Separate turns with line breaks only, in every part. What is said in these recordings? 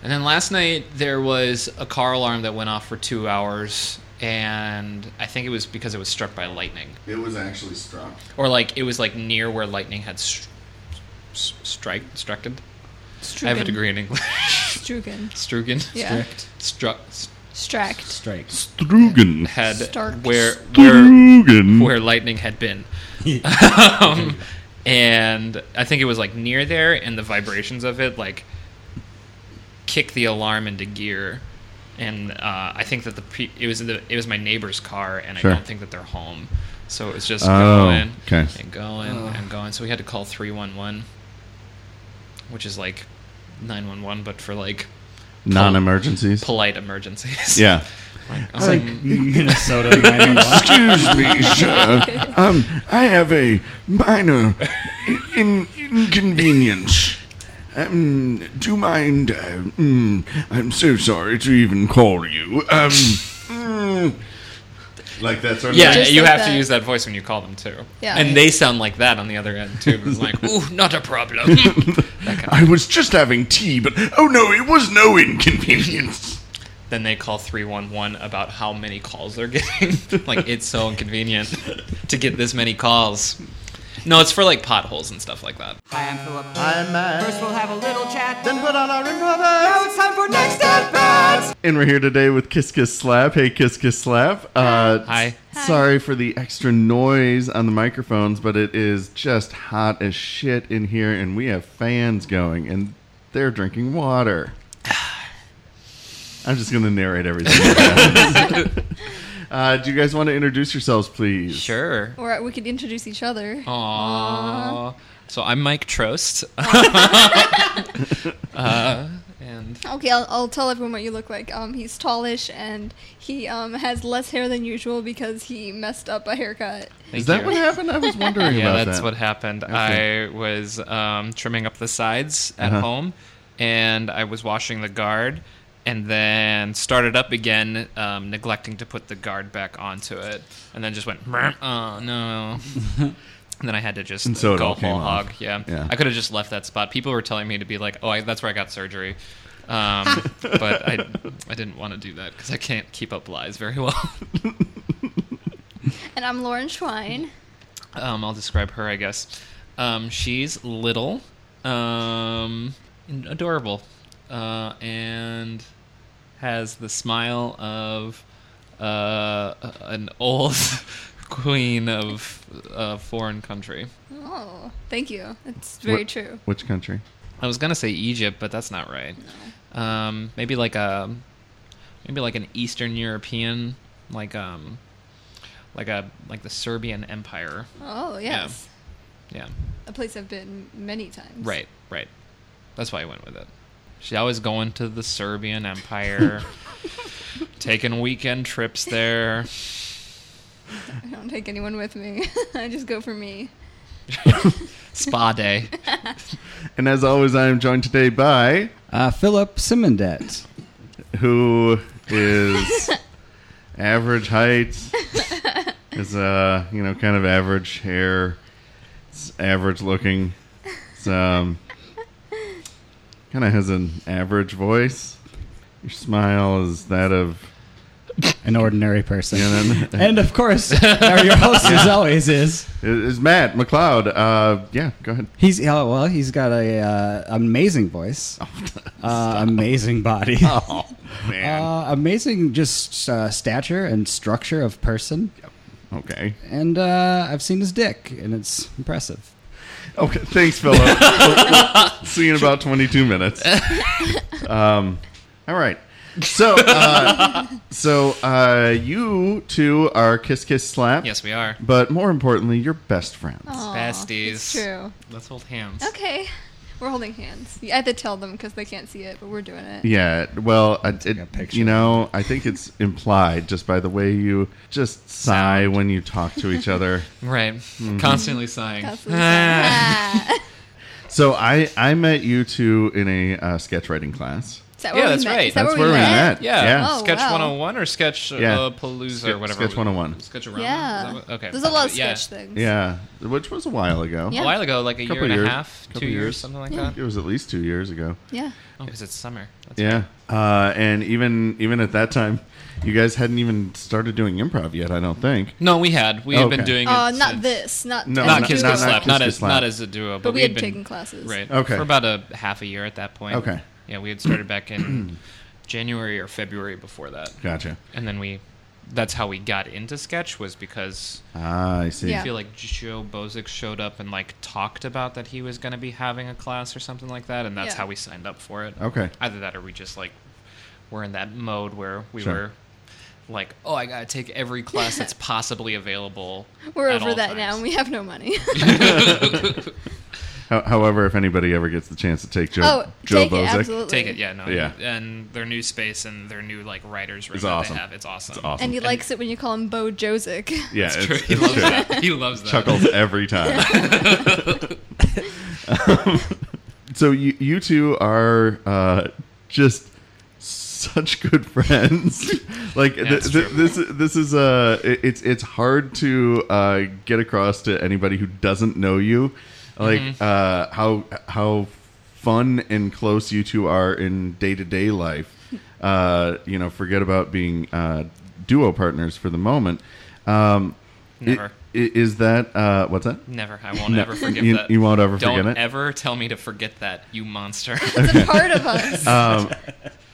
And then last night there was a car alarm that went off for two hours, and I think it was because it was struck by lightning,
It was actually struck.
or like it was like near where lightning had stri- s- strike struck.
Strugen.
I have a degree in English.
Strugen.
Strugen.
Yeah.
Struck.
Stracked.
Strike.
Strugen.
Had
Stark.
where where
Mm.
where lightning had been. um, and I think it was like near there, and the vibrations of it like kick the alarm into gear. And uh, I think that the pe- it was the, it was my neighbor's car, and
Sure.
I don't think that they're home. So it was just
Oh,
going
okay.
and going and going. So we had to call three one one, which is like nine one one, but for like
Non-emergencies.
polite emergencies.
yeah.
Like, um,
Minnesota. 911.
Excuse me, sir. Um, I have a minor in- inconvenience. Um, do you mind? Uh, mm, I'm so sorry to even call you. Um, mm. like that sort
Yeah,
Just
you
like
have to
that.
use that voice when you call them too.
Yeah.
And they sound like that on the other end too. It's like, ooh, not a problem. that kind of-
I was just having tea, but oh no, it was no inconvenience.
then they call 311 about how many calls they're getting. like, it's so inconvenient to get this many calls. No, it's for like potholes and stuff like that.
I am Philip. I'm Matt. First we'll have a little chat, then put on our ring rubbers. Now it's time for next at bats.
And we're here today with Kiss Kiss Slap. Hey, Kiss Kiss Slap. Uh,
Hi.
s- Sorry for the extra noise on the microphones, but it is just hot as shit in here, and we have fans going, and they're drinking water. I'm just going to narrate everything. that happens. uh, do you guys want to introduce yourselves, please?
Sure.
Or we could introduce each other.
Aww. So I'm Mike Trost. uh, and
Okay, I'll, I'll tell everyone what you look like. Um, he's tallish and he um has less hair than usual because he messed up a haircut.
thank
Is that
you.
what happened? I was wondering
yeah,
about
that's
that.
what happened. I was um, trimming up the sides at
Uh-huh.
home, and I was washing the guard, and then started up again, um, neglecting to put the guard back onto it, and then just went, "Meh, oh no. And then I had to just
And so it
go
all came
whole
off.
hog. Yeah.
Yeah.
I could have just left that spot. People were telling me to be like, "Oh, I, that's where I got surgery," um, but I, I didn't want to do that because I can't keep up lies very well.
And I'm Lauren Schwein.
um, I'll describe her, I guess. Um, she's little, um, and adorable, uh, and has the smile of uh, an old queen of a foreign country.
Oh, thank you. It's very
What-
true.
Which country?
I was gonna say Egypt, but that's not right. Um, maybe like a maybe like an Eastern European, like um, like a like the Serbian Empire.
Oh, yes.
Yeah.
A place I've been many times.
Right, right. That's why I went with it. She always going to the Serbian Empire, taking weekend trips there.
I don't take anyone with me. I just go for me.
Spa day.
And as always, I am joined today by
Uh, Philip Simondet.
who is average height, is uh you know kind of average hair, it's average looking, it's, um kind of has an average voice. Your smile is that of
An ordinary person.
Yeah, then-
and of course, our, your host as always is.
is Matt McLeod. Uh, yeah, go ahead.
He's oh, well. He's got a uh, amazing voice, uh, amazing body,
Oh man.
uh, amazing just uh, stature and structure of person.
Okay.
And uh, I've seen his dick, and it's impressive.
Okay. Thanks, Philip. See you in about 22 minutes. Um, all right. So, uh, so uh, you two are kiss, kiss, slap.
Yes, we are.
But more importantly, you're best friends.
Aw,
Besties.
It's true.
Let's hold hands.
Okay. We're holding hands. I had to tell them because they can't see it, but we're doing it.
Yeah. Well, I, it,
a picture.
you know, I think it's implied just by the way you just sigh when you talk to each other.
Right.
Mm-hmm.
Constantly sighing.
That's what I said.
So I, I met you two in a uh, sketch writing class.
Is
Yeah,
that where we
that's
met?
right.
Is that
That's
where we
where we
met?
met. Yeah.
Oh,
sketch
wow.
101 or sketch uh,
Yeah.
Palooza
Ske-
or whatever.
Sketch 101.
Sketch
Yeah.
Okay.
There's a lot of
Yeah.
sketch things.
Yeah, which was a while ago.
Yeah.
A while ago, like a year
Couple
and
years.
a half, two
Couple
years,
years.
something like that.
It was at least two years ago.
Yeah.
Oh, because it's summer. That's
Yeah, uh, and even even at that time, you guys hadn't even started doing improv yet. I don't think.
No, we had. We had been
Okay.
doing it.
Uh, not
since-
this. Not
No,
as
Not
a
Kiss
duo.
Kiss Slap.
Kiss
Not
Kiss
as
Slap.
not as a duo, but,
But we
had
had
been,
taken classes.
Right.
Okay.
For about a half a year at that point.
Okay.
Yeah, we had started back in January or February before that,
Gotcha.
and then we. That's how we got into sketch was because
Ah, I see.
I
Yeah.
feel like Joe Bozick showed up and like talked about that he was going to be having a class or something like that, and that's
Yeah.
how we signed up for it.
Okay.
Either that or we just like were in that mode where we
Sure.
were like, oh, I got to take every class that's possibly available.
We're
at
over
all
that
times.
now, and we have no money.
Ho- However, if anybody ever gets the chance to take Joe,
oh,
Joe
take it
Bozick,
absolutely.
Take it, yeah, no,
Yeah.
and their new space and their new like writers room
It's
that
awesome.
they have, it's awesome.
it's awesome.
And he likes it when you call him Bo Josick.
yeah,
It's
it's,
true. He
it's
loves
true.
that. He loves that.
Chuckles every time. Um, so you you two are uh, just such good friends. like th-
That's
th-
true.
this this is uh, it- it's it's hard to uh, get across to anybody who doesn't know you, like
Mm-hmm.
uh, how how fun and close you two are in day to day life. Uh, you know, forget about being uh, duo partners for the moment. Um, i-
Never.
i- Is that uh, what's that?
Never. I won't
No,
ever forgive
you-
that.
you won't ever
Don't
forget it?
ever tell me to forget that, you monster.
It's a part of us.
um,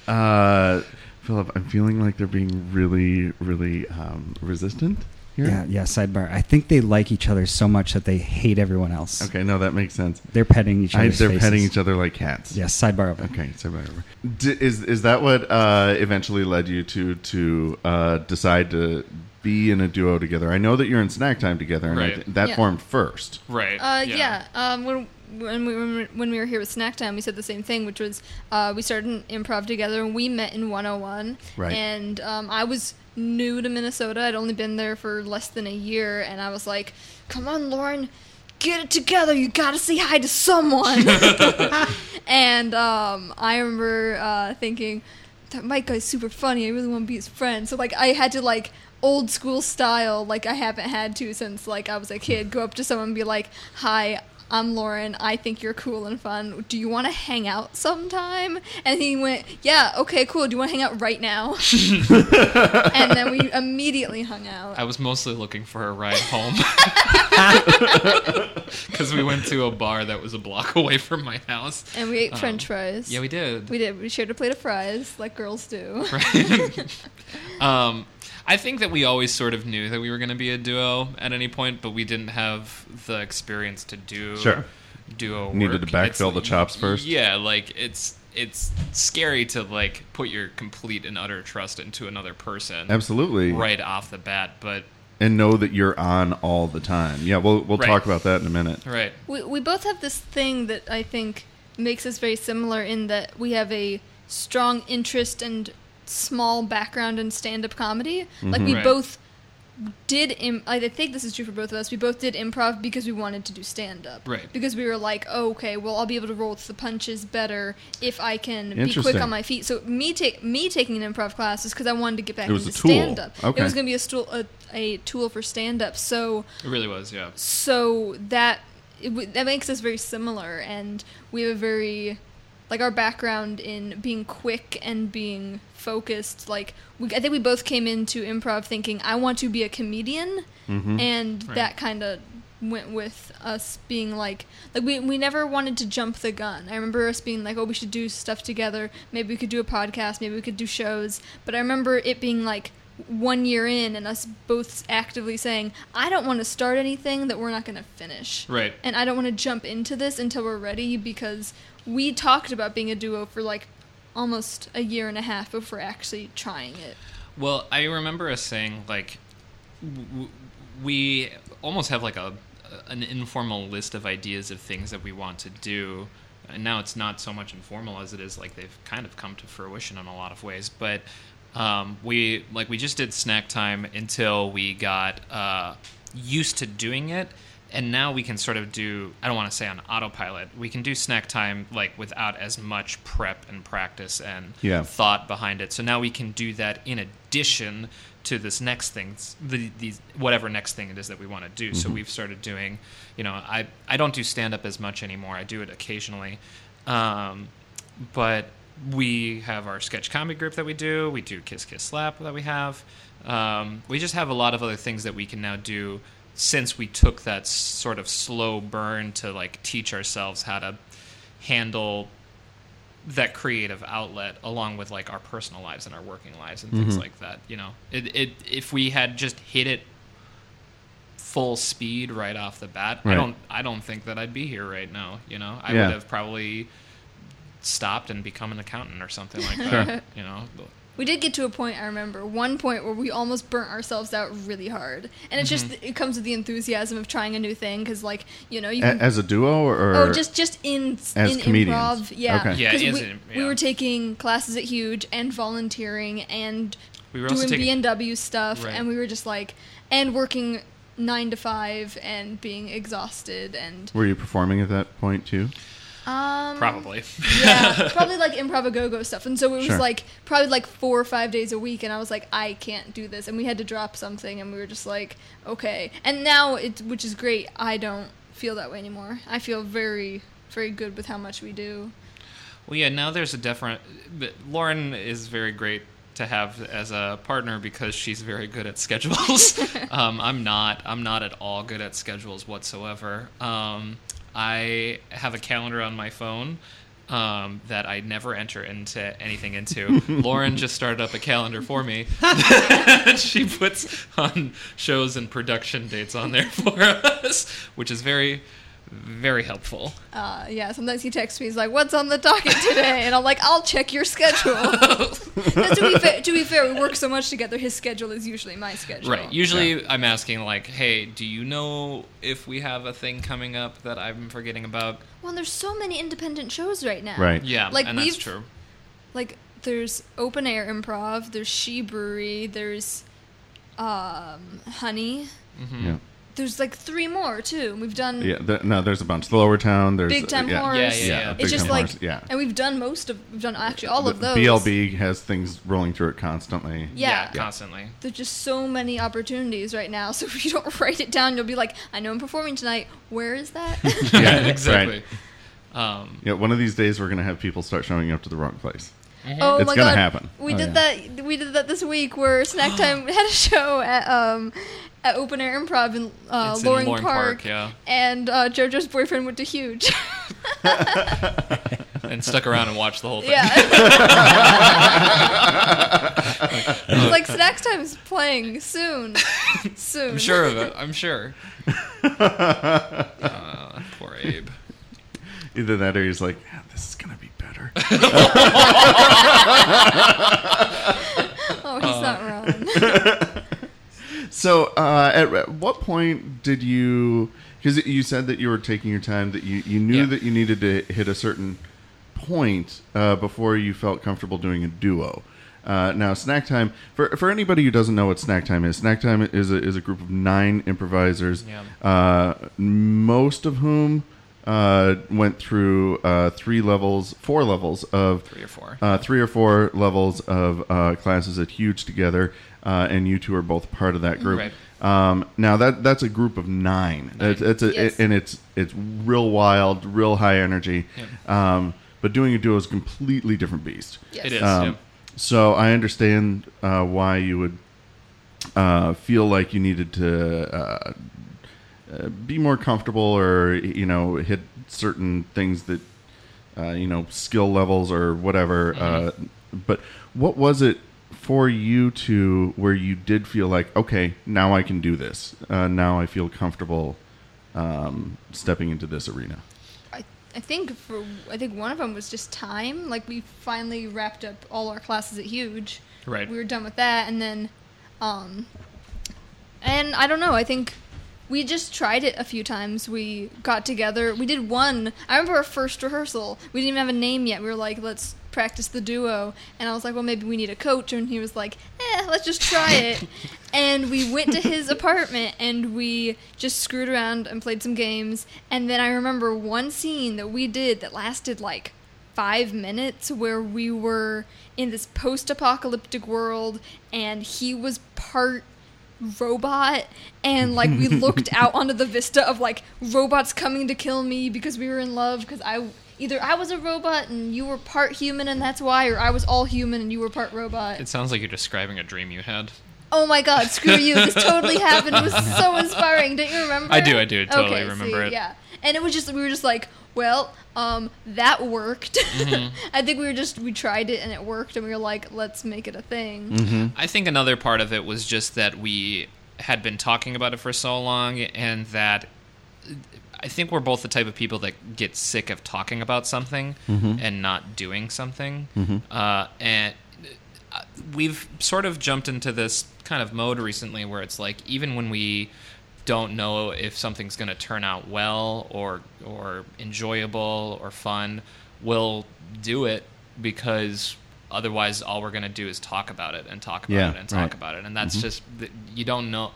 uh, Philip, I'm feeling like they're being really, really um, resistant here.
Yeah, yeah. Sidebar. I think they like each other so much that they hate everyone else.
Okay, no, that makes sense.
They're petting each
I,
other.
they're petting each Uh, other like cats.
Yes. Sidebar over.
Okay, so whatever. D- is is that what uh, eventually led you to to uh, decide to be in a duo together? I know that you're in Snack Time together, and I
Right.
thi- that
Yeah.
formed first.
right.
Uh, yeah. Um, when when we were, when we were here with Snack Time, we said the same thing, which was uh, we started an improv together and we met in 101.
Right.
And um, I was new to Minnesota. I'd only been there for less than a year, and I was like, "Come on, Lauren." Get it together! You gotta say hi to someone. and um, I remember uh, thinking that Mike guy's super funny. I really want to be his friend. So like I had to like old school style, like I haven't had to since like I was a kid, go up to someone and be like, "Hi, I'm Lauren. I think you're cool and fun. Do you want to hang out sometime?" And he went, "Yeah, okay, cool. Do you want to hang out right now?" and then we immediately hung out.
I was mostly looking for a ride home because we went to a bar that was a block away from my house.
and we ate
Um,
french fries.
Yeah, we did.
We did. We shared a plate of fries like girls do.
um, I think that we always sort of knew that we were going to be a duo at any point, but we didn't have the experience to do
Sure.
duo. work.
Needed to backfill
It's
the
like-
chops first.
Yeah, like it's it's scary to like put your complete and utter trust into another person
Absolutely,
right off the bat, but
And know that you're on all the time. Yeah, we'll we'll
Right.
talk about that in a minute.
right.
We, we both have this thing that I think makes us very similar in that we have a strong interest and small background in stand up comedy. Like, we
Right.
Mm-hmm.
both did, Im- I think this is true for both of us, we both did improv because we wanted to do stand up.
Right.
Because we were like, oh, okay, well, I'll be able to roll with the punches better if I can be quick
Interesting.
on my feet. So, me, ta- me taking an improv class is because I wanted to get back
It was
into
a tool.
stand up.
Okay.
It was going to be a, stool- a, a tool for stand up. So,
It really was, yeah.
so that it w- that makes us very similar and we have a very like our background in being quick and being focused like we, i think we both came into improv thinking i want to be a comedian and
Right.
that kind of went with us being like like we, we never wanted to jump the gun i remember us being like oh we should do stuff together maybe we could do a podcast maybe we could do shows but i remember it being like one year in and us both actively saying i don't want to start anything that we're not going to finish
Right.
and i don't want to jump into this until we're ready because we talked about being a duo for like almost a year and a half before actually trying it
Well, I remember us saying like w- w- we almost have like a an informal list of ideas of things that we want to do. And now it's not so much informal as it is like they've kind of come to fruition in a lot of ways. But um, we like we just did snack time until we got uh, used to doing it, and now we can sort of do i don't want to say on autopilot we can do snack time like without as much prep and practice and
Yeah.
thought behind it so now we can do that in addition to this next thing the, these whatever next thing it is that we want to do so we've started doing you know i i don't do stand up as much anymore i do it occasionally um, but we have our sketch comedy group that we do. We do Kiss Kiss Slap that we have. Um, we just have a lot of other things that we can now do since we took that s- sort of slow burn to like teach ourselves how to handle that creative outlet along with like our personal lives and our working lives and
Mm-hmm.
things like that. You know, it, it if we had just hit it full speed right off the bat, I
Right.
don't I don't think that I'd be here right now. You know, I
Yeah.
would have probably stopped and become an accountant or something like that. You know,
We did get to a point I remember, one point where we almost burnt ourselves out really hard, and it's just it comes with the enthusiasm of trying a new thing because like you know you
A-
can
as a duo or
Oh, just just in
As
in
comedians.
improv, yeah.
Okay.
Yeah,
'Cause
as
we,
in-
we
yeah.
were taking classes at Huge and volunteering and
We were also
doing B
taking-
and W stuff,
Right.
and we were just like and working nine to five and being exhausted and
were you performing at that point too?
um
probably.
yeah probably like improv go go stuff and so it was
Sure.
like probably like four or five days a week and i was like i can't do this and we had to drop something and we were just like okay and now it which is great i don't feel that way anymore i feel very very good with how much we do
Well, yeah. Now there's a different. But Lauren is very great to have as a partner because she's very good at schedules. um, I'm not. I'm not at all good at schedules whatsoever. Um, I have a calendar on my phone. Um, that I never enter into anything into. Lauren just started up a calendar for me. she puts on shows and production dates on there for us, which is very, very helpful.
Uh, yeah, sometimes he texts me. He's like, "What's on the docket today?" And I'm like, "I'll check your schedule." 'Cause to, be fa- to be fair, we work so much together. His schedule is usually my schedule.
Right. Usually I'm asking like, "Hey, do you know if we have a thing coming up that I'm forgetting about?"
Well, there's so many independent shows right now.
Right.
Yeah,
Like,
and that's
we've-
true.
Like there's open air improv. There's She Brewery. There's um, Honey.
Yeah.
There's like three more too. We've done
Mm-hmm. Yeah. Th- no, there's a bunch. Lower Town. There's
big time
yeah.
horrors.
Yeah, yeah, yeah.
It's
Big
just
Time
like,
Horrors, yeah.
and we've done most of. We've done actually all of
The
those.
BLB has things rolling through it constantly.
Yeah,
Yeah.
constantly.
There's just so many opportunities right now. So if you don't write it down, you'll be like, I know I'm performing tonight. Where is that?
Yeah,
exactly.
right.
Um,
Yeah, one of these days we're gonna have people start showing up to the wrong place.
oh
It's
my
gonna
god.
happen.
We
Oh,
did
yeah.
that we did that this week where Snack Time had a show at um at Open Air Improv in uh
It's in
Loring,
Loring Park,
Park,
yeah.
and uh, JoJo's boyfriend went to huge.
and stuck around and watched the whole thing.
yeah. It's like Snack Time's playing soon. Soon.
I'm sure of it. I'm sure. uh, poor Abe.
Either that or he's like, yeah, this is gonna be better.
Oh, he's not
Uh-huh.
wrong.
so, uh, at, at what point did you? Because you said that you were taking your time, that you you knew
Yeah.
that you needed to hit a certain point uh, before you felt comfortable doing a duo. Uh, now, snack time for for anybody who doesn't know what snack time is. Snack time is a, is a group of nine improvisers,
Yeah.
uh, most of whom uh, went through uh, three levels, four levels of
Three or four.
uh, three or four levels of uh, classes at Huge together, uh, and you two are both part of that group.
Right.
Um, now that that's a group of nine. That's, that's a,
Yes.
and it's it's real wild, real high energy.
Yep.
Um, but doing a duo is a completely different beast.
Yes.
It is.
Um,
yep.
So I understand uh, why you would uh, feel like you needed to uh, uh, be more comfortable, or you know, hit certain things that uh, you know, skill levels or whatever. Uh, but what was it for you to where you did feel like, okay, now I can do this. Uh, now I feel comfortable um, stepping into this arena.
I, I think for I think one of them was just time. Like we finally wrapped up all our classes at Huge.
Right.
We were done with that, and then, um, and I don't know. I think we just tried it a few times. We got together. We did one. I remember our first rehearsal. We didn't even have a name yet. We were like, let's practice the duo. And I was like, well, maybe we need a coach. And he was like, eh, eh, let's just try it. And we went to his apartment and we just screwed around and played some games. And then I remember one scene that we did that lasted like five minutes where we were in this post apocalyptic world and he was part robot and like we looked out onto the vista of like robots coming to kill me because we were in love because I either I was a robot and you were part human and that's why or I was all human and you were part robot.
It sounds like you're describing a dream you had.
oh my god, screw you. This totally happened. It was so inspiring. Don't you remember?
I do, I do. Totally
Okay,
remember
see,
it.
Yeah. And it was just we were just like, well, um that worked.
Mm-hmm.
I think we were just we tried it and it worked and we were like, let's make it a thing.
Hmm?
I think another part of it was just that we had been talking about it for so long, and that I think we're both the type of people that get sick of talking about something
Mm-hmm.
and not doing something. Uh, and uh, we've sort of jumped into this kind of mode recently where it's like even when we don't know if something's going to turn out well or or enjoyable or fun, we'll do it because otherwise all we're going to do is talk about it and talk about
Yeah,
it and talk
right. Mm-hmm.
about it and that's just just you don't know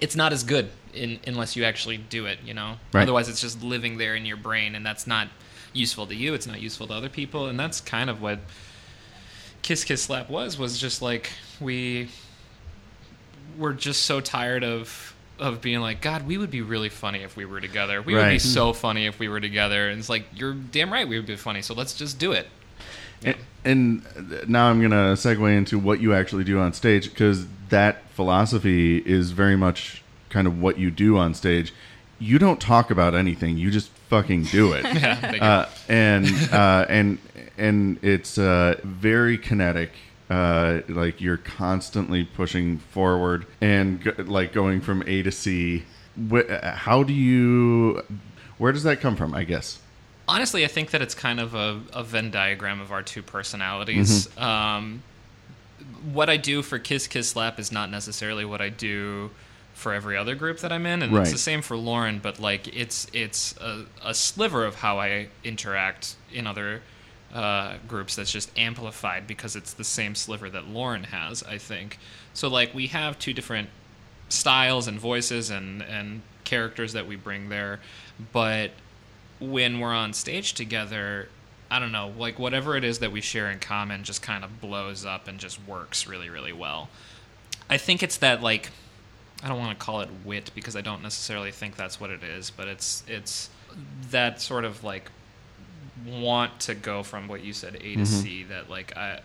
it's not as good in, unless you actually do it, you know?
Right.
Otherwise, it's just living there in your brain, and that's not useful to you. It's not useful to other people. And that's kind of what Kiss Kiss Slap was, was just like we were just so tired of of being like god we would be really funny if we were together we would be
Right.
so funny if we were together and it's like you're damn right we would be funny so let's just do it
And, and now I'm going to segue into what you actually do on stage because that philosophy is very much kind of what you do on stage. You don't talk about anything, you just fucking do it.
Yeah, thank you.
Uh, and uh, and and it's uh, very kinetic. Uh, like you're constantly pushing forward and go, like going from A to C. Wh- how do you? Where does that come from? I guess.
honestly, I think that it's kind of a, a Venn diagram of our two personalities. Um, what I do for Kiss Kiss Slap is not necessarily what I do for every other group that I'm in, and
Right.
it's the same for Lauren. But like, it's it's a, a sliver of how I interact in other uh, groups that's just amplified because it's the same sliver that Lauren has. I think so. Like, we have two different styles and voices and and characters that we bring there, but when we're on stage together, I don't know, like whatever it is that we share in common just kind of blows up and just works really, really well. I think it's that like I don't want to call it wit because I don't necessarily think that's what it is, but it's it's that sort of like want to go from what you said A to
Mm-hmm.
C that like I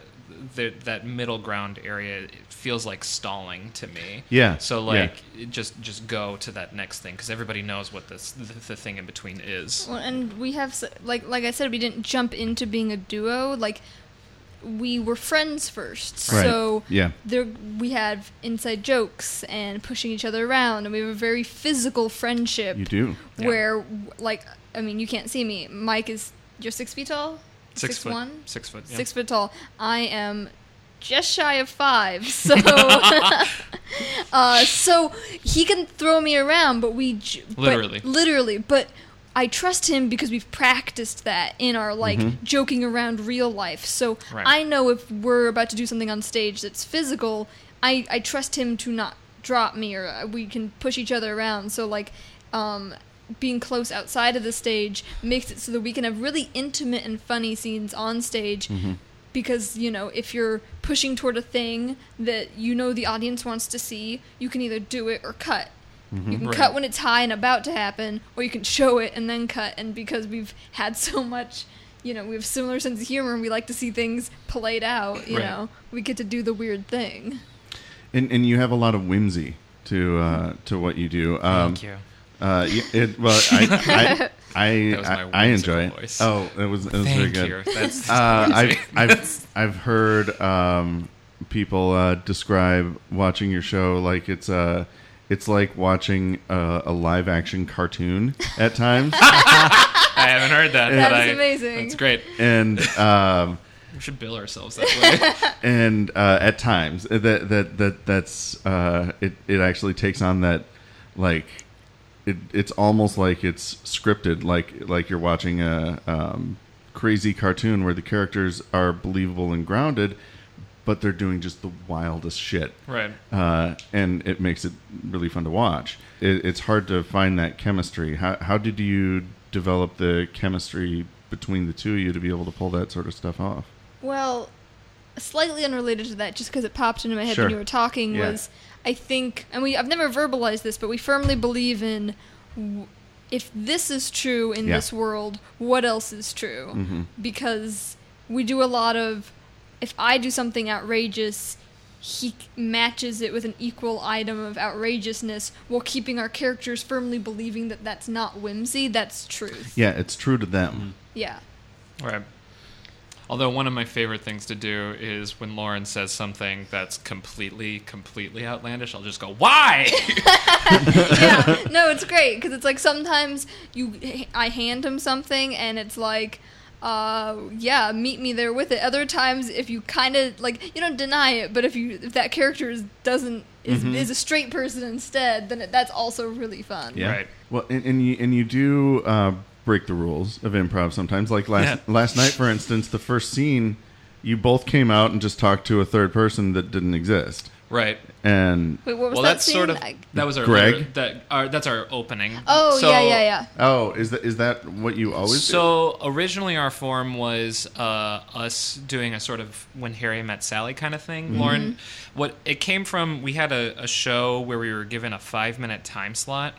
that that middle ground area it feels like stalling to me.
Yeah,
So
yeah.
like it just just go to that next thing because everybody knows what this the, the thing in between is.
Well, and we have s- like like I said, we didn't jump into being a duo. Like we were friends first,
Right.
so
Yeah.
there we had inside jokes and pushing each other around, and we have a very physical friendship.
You do.
Yeah.
where like I mean, you can't see me. Mike is you're six feet tall,
Six foot.
one,
Six foot, yeah.
six foot tall. I am just shy of five, so. uh, so he can throw me around, but we j- but-
Literally.
literally, but I trust him because we've practiced that in our like joking around real life. So
Right.
I know if we're about to do something on stage that's physical, I I trust him to not drop me or uh, we can push each other around. So like um being close outside of the stage makes it so that we can have really intimate and funny scenes on stage because you know if you're pushing toward a thing that you know the audience wants to see you can either do it or cut you can
Right.
cut when it's high and about to happen or you can show it and then cut and because we've had so much you know we have similar sense of humor and we like to see things played out you
Right.
know we get to do the weird thing
And and you have a lot of whimsy to uh, to what you do. Um,
Thank you.
Uh, y- it, well, I I
That was my
I, I, enjoy it.
whimsical voice.
Oh, that was that was very
Thank
good.
you. That's
Uh, I've, I've, I've heard um, people uh, describe watching your show like it's uh, it's like watching a, a live action cartoon at times,
I haven't heard that.
That
but
is
I-
amazing.
That's great.
and um,
We should bill ourselves that way.
and uh, at times that that that that's uh, it it actually takes on that like it it's almost like it's scripted like like you're watching a um, crazy cartoon where the characters are believable and grounded but they're doing just the wildest shit.
Right.
Uh, and it makes it really fun to watch. It, it's hard to find that chemistry. How, how did you develop the chemistry between the two of you to be able to pull that sort of stuff off?
Well, slightly unrelated to that, just because it popped into my head
Sure.
when you were talking,
Yeah.
was I think, and we I've never verbalized this, but we firmly believe in w- if this is true in
Yeah. Mm-hmm.
this world, what else is true? Because we do a lot of if I do something outrageous. He c- matches it with an equal item of outrageousness while keeping our characters firmly believing that that's not whimsy, that's truth.
Yeah, it's true to them.
Yeah.
Right. Although one of my favorite things to do is when Lauren says something that's completely, completely outlandish, I'll just go, "Why?"
yeah, no, it's great because it's like sometimes you, I hand him something and it's like, uh, yeah, meet me there with it. Other times, if you kind of like, you don't deny it, but if you if that character is doesn't is,
Mm-hmm.
is a straight person instead, then it, that's also really fun.
Yeah.
Right.
Well, and, and you and you do uh, break the rules of improv sometimes. Like last
Yeah.
last night, for instance, the first scene, you both came out and just talked to a third person that didn't exist,
right.
and
Wait, what was
Well,
that
that's
scene?
sort of
I-
that was our
Greg?
that our, that's our opening.
oh
So-
yeah, yeah, yeah.
oh, is that is that what you always?
So originally, our form was uh, us doing a sort of when Harry met Sally kind of thing.
Mm-hmm.
Lauren, what it came from, we had a, a show where we were given a five minute time slot.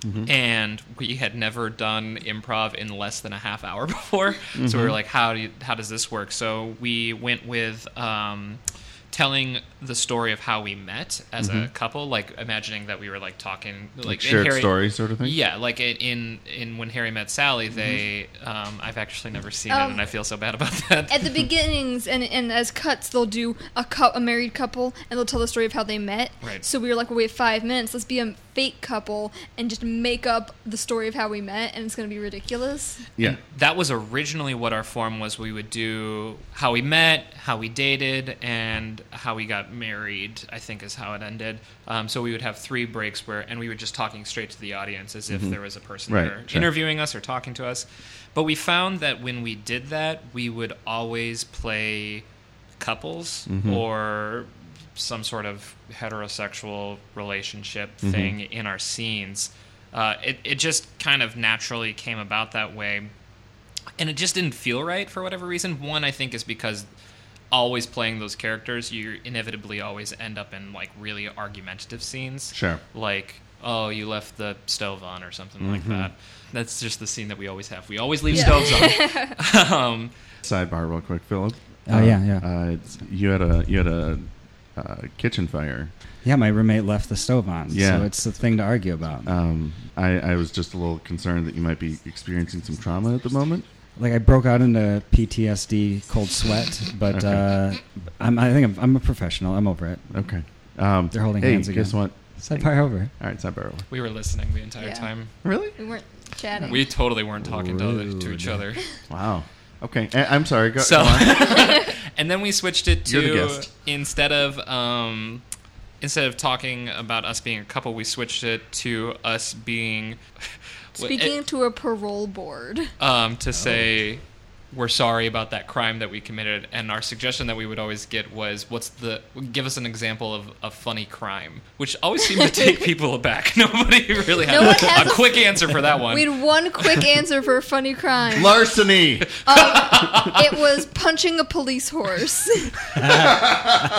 Mm-hmm.
And we had never done improv in less than a half hour before, so
Mm-hmm.
we were like, "How do you, how does this work?" So we went with um, telling the story of how we met as a couple, like imagining that we were like talking, like,
Mm-hmm. Like
and
shared
Harry-
story sort of thing?
yeah, like in in, in when Harry met Sally, they um, I've actually never seen it,
Um,
and I feel so bad about that.
At the beginnings and, and as cuts, they'll do a cou- a married couple and they'll tell the story of how they met.
Right.
So we were like, well, we have five minutes. Let's be a fake couple and just make up the story of how we met, and it's gonna be ridiculous.
yeah,
That was originally what our form was. We would do how we met, how we dated, and how we got married. I think is how it ended. Um, so we would have three breaks where, and we were just talking straight to the audience as if there was a person
Mm-hmm. Right,
there
sure.
interviewing us or talking to us. But we found that when we did that, we would always play couples
Mm-hmm.
or some sort of heterosexual relationship
Mm-hmm.
thing in our scenes. Uh, it, it just kind of naturally came about that way. And it just didn't feel right for whatever reason. One, I think, is because always playing those characters, you inevitably always end up in like really argumentative scenes
Sure.
like oh you left the stove on or something like that that's just the scene that we always have we always leave stoves on um,
Sidebar, real quick, Philip.
Oh, yeah, yeah.
Uh, it's, you had a you had a uh, kitchen fire.
Yeah, my roommate left the stove on,
Yeah.
so it's a thing to argue about.
Um, I, I was just a little concerned that you might be experiencing some trauma at the moment.
like I broke out into PTSD, cold sweat, but
Okay.
uh, I'm, I think I'm, I'm a professional. I'm over it.
Okay. Um,
They're holding
hey,
hands again.
Guess what?
Side part over.
All right, sidebar. over.
we were listening the entire
Yeah.
time
Really?
We weren't chatting.
we totally weren't talking to, other, to each
Rude.
other
Wow. Okay. I, am sorry. Go,
so
go Uh, on.
and then we switched it
You're the
to
guest.
instead of um, instead of talking about us being a couple we switched it to us being eh,
Speaking to a parole board.
um,
Oh.
to say we're sorry about that crime that we committed. And our suggestion that we would always get was, "What's the? Give us an example of a funny crime," which always seemed to take people aback. Nobody really had
No one has
a,
a-
quick answer for that one.
We had one quick answer for a funny crime.
Larceny.
It was punching a police horse,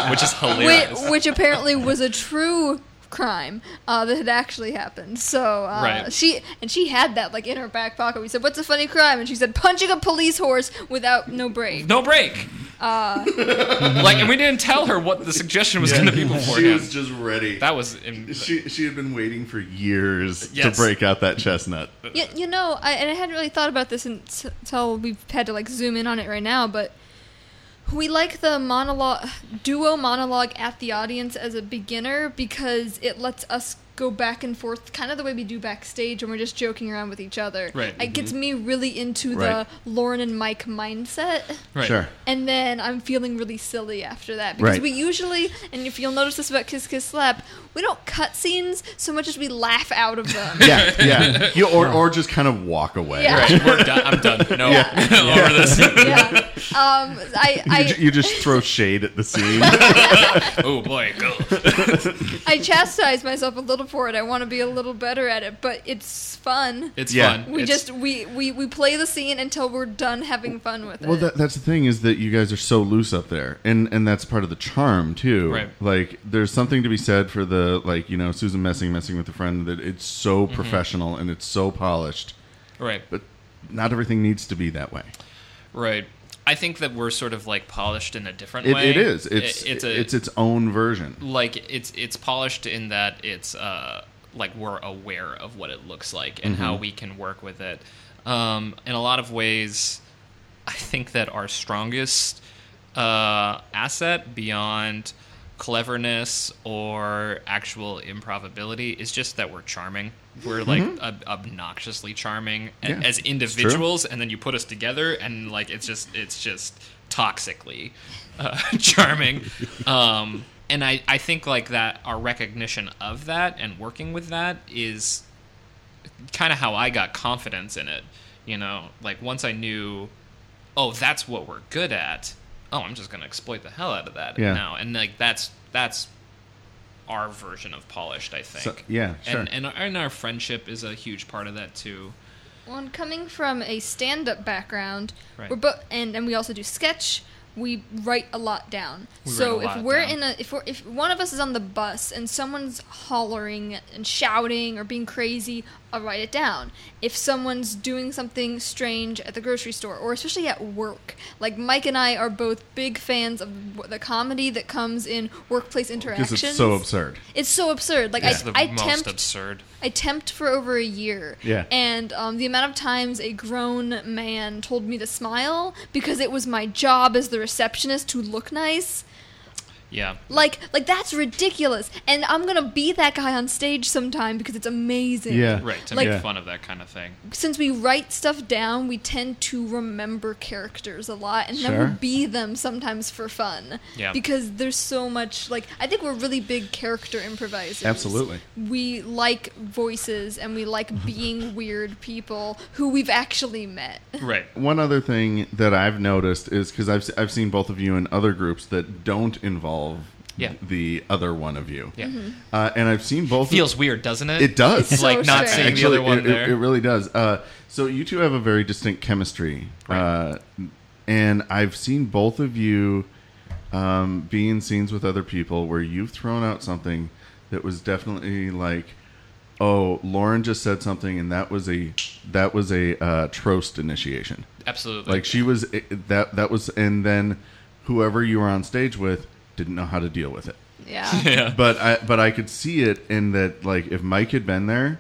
which is
which,
hilarious.
which apparently was a true crime uh, that had actually happened. So uh,
Right.
she and she had that like in her back pocket. We said, "What's a funny crime?" And she said, "Punching a police horse without no break."
no break.
Uh.
like, and we didn't tell her what the suggestion was going to be
she
beforehand.
was just ready.
that was in,
she she had been waiting for years
Yes.
to break out that chestnut.
You, you know, I, and I hadn't really thought about this until we've had to like zoom in on it right now, but we like the monologue, duo monologue at the audience as a beginner because it lets us go back and forth, kind of the way we do backstage when we're just joking around with each other.
Right.
It gets me really into
Mm-hmm. Right.
the Lauren and Mike mindset.
right.
Sure.
And then I'm feeling really silly after that because
Right.
we usually, and if you'll notice this about Kiss Kiss Slap, we don't cut scenes so much as we laugh out of them.
Yeah, yeah. You, or or just kind of walk away.
Yeah.
Right, we're done. I'm done. No, over this.
yeah. Um, I,
You, ju-
I,
you just throw shade at the scene.
oh boy, go.
I chastise myself a little for it. I want to be a little better at it, but it's fun.
It's
Yeah.
fun.
we
It's-
just we, we we play the scene until we're done having fun with
well,
it.
that, that's the thing is that you guys are so loose up there, and and that's part of the charm too.
Right.
Like, there's something to be said for the like you know Susan messing messing with a friend that it's so
Mm-hmm.
professional and it's so polished,
right,
but not everything needs to be that way.
right. I think that we're sort of like polished in a different
It,
way.
it is.
I-
It's
it's
it's
a
it's its own version.
like it's it's polished in that it's uh like we're aware of what it looks like and how we can work with it. Um, in a lot of ways, I think that our strongest uh, asset beyond cleverness or actual improvability is just that we're charming. We're like ob- obnoxiously charming a-
Yeah,
as
it's true.
individuals, and then you put us together, and like it's just it's just toxically uh, charming. Um, and I I think like that our recognition of that and working with that is kind of how I got confidence in it. You know, like once I knew, oh, that's what we're good at. Oh, I'm just gonna exploit the hell out of that
Yeah.
now, and like that's that's our version of polished, I think.
So- yeah, sure.
And, and our- and our friendship is a huge part of that too.
Well, and coming from a stand-up background,
Right.
we're both, and and we also do sketch. We write a lot down.
We
so
write a
if
lot
we're
down.
in a if we're, if one of us is on the bus and someone's hollering and shouting or being crazy, I'll write it down. If someone's doing something strange at the grocery store or especially at work, like Mike and I are both big fans of w- the comedy that comes in workplace interactions.
Because it's so absurd.
It's so absurd. Like
It's
I,
the
I
most
tempt
absurd.
I temped for over a year.
Yeah.
And um, the amount of times a grown man told me to smile because it was my job as the receptionist to look nice.
Yeah.
Like, like that's ridiculous. And I'm gonna be that guy on stage sometime because it's amazing.
Yeah.
Right, to
Like-
make fun of that kind of thing.
Since we write stuff down, we tend to remember characters a lot, and then
Sure.
we'll be them sometimes for fun.
Yeah.
Because there's so much. Like, I think we're really big character improvisers.
Absolutely. Mm-hmm.
we like voices and we like being weird people who we've actually met.
Right.
One other thing that I've noticed is because I've, I've seen both of you in other groups that don't involve
Yeah.
the other one of you.
Yeah.
Uh, and I've seen both. of-
Feels weird, doesn't it?
It does.
It's like
So
not
strange.
seeing the other one
it, it-
there.
It, really does. Uh, so you two have a very distinct chemistry, uh, and I've seen both of you um, be in scenes with other people where you've thrown out something that was definitely like, "Oh, Lauren just said something," and that was a that was a uh, trost initiation.
Absolutely.
Like she was that that was, and then whoever you were on stage with didn't know how to deal with it
Yeah.
yeah.
but I but I could see it in that like if Mike had been there,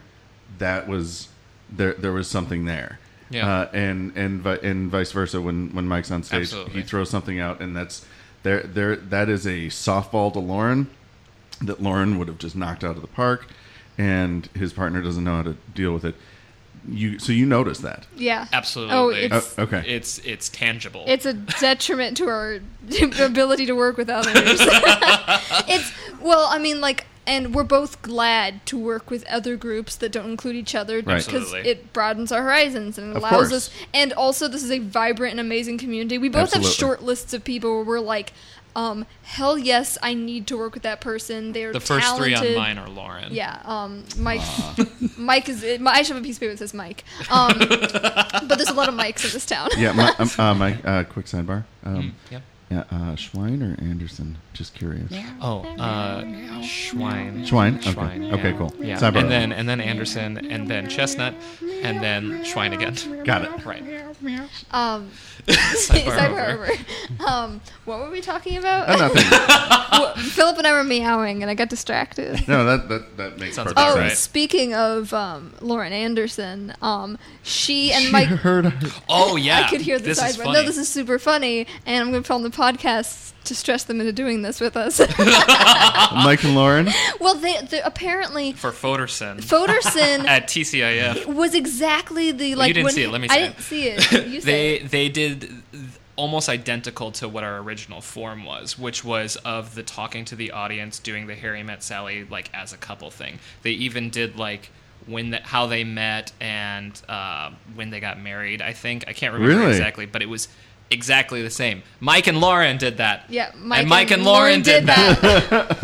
that was there there was something there.
Yeah.
Uh, and and vi- and vice versa when when Mike's on stage,
Absolutely.
he throws something out and that's there there that is a softball to Lauren that Lauren would have just knocked out of the park and his partner doesn't know how to deal with it. You so you notice that.
Yeah.
Absolutely.
Oh, it's
Oh, okay.
It's it's tangible.
it's a detriment to our ability to work with others. it's well, I mean like and we're both glad to work with other groups that don't include each other
Right.
because
Absolutely.
it broadens our horizons and
Of
allows
course.
us and also this is a vibrant and amazing community. We both
Absolutely.
have short lists of people where we're like um, hell yes, I need to work with that person. They're
the first three on
talented.
mine are Lauren.
Yeah, um, Mike. Mike is. It, I should have a piece of paper that says Mike. Um, but there's a lot of Mikes in this town.
Yeah, my, um, uh, my uh, quick sidebar. Um,
Yeah.
yeah, uh, Schwein or Anderson? Just curious.
Oh, uh, Schwein.
Schwein? Okay.
Schwein,
Okay,
yeah.
cool.
Yeah.
Sidebar.
And then and then Anderson and then Chestnut and then Schwein again.
Got it.
Right.
Um,
Sidebar
sidebar
over.
over. Um, what were we talking about?
Oh, nothing.
Well, Philip and I were meoowing, and I got distracted.
No, that that, that makes
Sounds
perfect
about
Oh,
right.
sense.
speaking of um, Lauren Anderson, um, she and
She
Mike.
heard her.
Oh yeah.
I could hear the
this is
sidebar.
funny.
No, this is super funny, and I'm going to put on the podcast to stress them into doing this with us.
Mike and Lauren.
well, they, they apparently
for Foderson
Foderson
at TCIF.
was exactly the
Well,
like
you didn't
when-
see it. Let me
I
say
didn't see it. You
they
said it.
they did th- almost identical to what our original form was, which was of the talking to the audience, doing the Harry met Sally like as a couple thing. They even did like when the, how they met and uh, when they got married. I think I can't remember
Really?
exactly, but it was exactly the same. Mike and Lauren did that.
Yeah, Mike
and Mike and, Lauren, did that. Let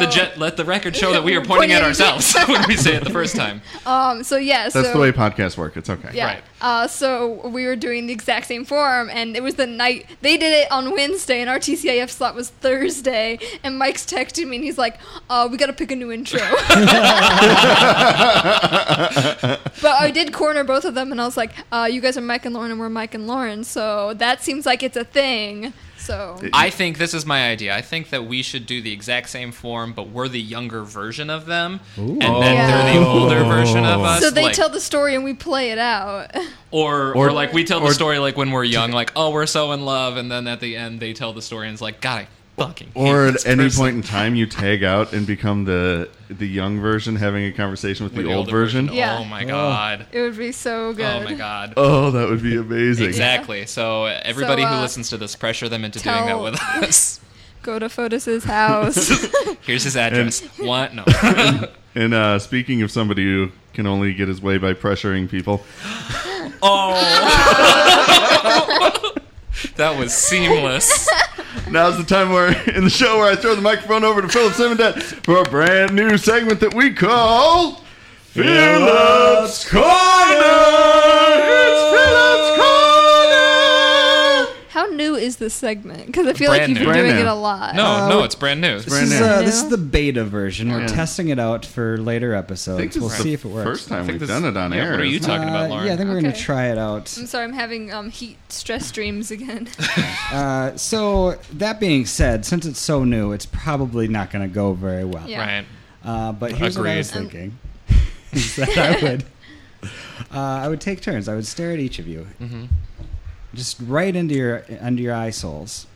the
So-
je- let the record show that we are pointing at ourselves when we say it the first time.
Um, so yeah,
That's
so
the way podcasts work. It's okay.
yeah.
right.
Uh, so we were doing the exact same form, and it was the night they did it on Wednesday, and our TCIF slot was Thursday. And Mike's texting me, and he's like, uh, "We got to pick a new intro." but I did corner both of them, and I was like, uh, "You guys are Mike and Lauren, and we're Mike and Lauren." So that seems like it's a thing. So
I think this is my idea. I think that we should do the exact same form, but we're the younger version of them, and then they're the
Yeah.
older version of us.
Oh. so they
like-
tell the story, and we play it out.
or, or
Or-
like we tell
or-
the story like when we're young, like oh we're so in love, and then at the end they tell the story and it's like God, I fucking hate
Or
this
at any
person."
point in time, you tag out and become the the young version having a conversation with,
With
the, old version.
Yeah.
Oh my god.
It would be so good.
Oh my god.
Oh, that would be amazing.
Exactly. So uh, everybody
So,
who
uh,
listens to this, pressure them into doing that
tell-
with us.
Go to Fotis's house.
Here's his address. What? No.
And uh, speaking of somebody who can only get his way by pressuring people,
oh. that was seamless.
now's the time where in the show where I throw the microphone over to Philip Simonet for a brand new segment that we call Philip's Corner. It's Philip's Corner.
How new is this segment? Because I feel like
Brand
you've been
new.
Brand
doing
new.
it a lot.
No, no, it's brand new.
This is,
new.
uh, this
Yeah.
is the beta version. We're
Yeah.
testing it out for later
I think
episodes.
this
We'll
is the
see if it works.
First time
think
we've
this-
done it on
yeah,
air.
what are you
isn't it?
talking about, Lauren?
Uh, yeah, I think we're going
Uh, Okay.
to try it out.
I'm sorry, I'm having um, heat stress dreams again.
Uh, so that being said, since it's so new, it's probably not going to go very well.
Yeah.
Right.
Uh, but here's what I was
Agreed. Um,
thinking: is that I would, uh, I would take turns. I would stare at each of you,
Mm-hmm.
just right into your under your eye soles,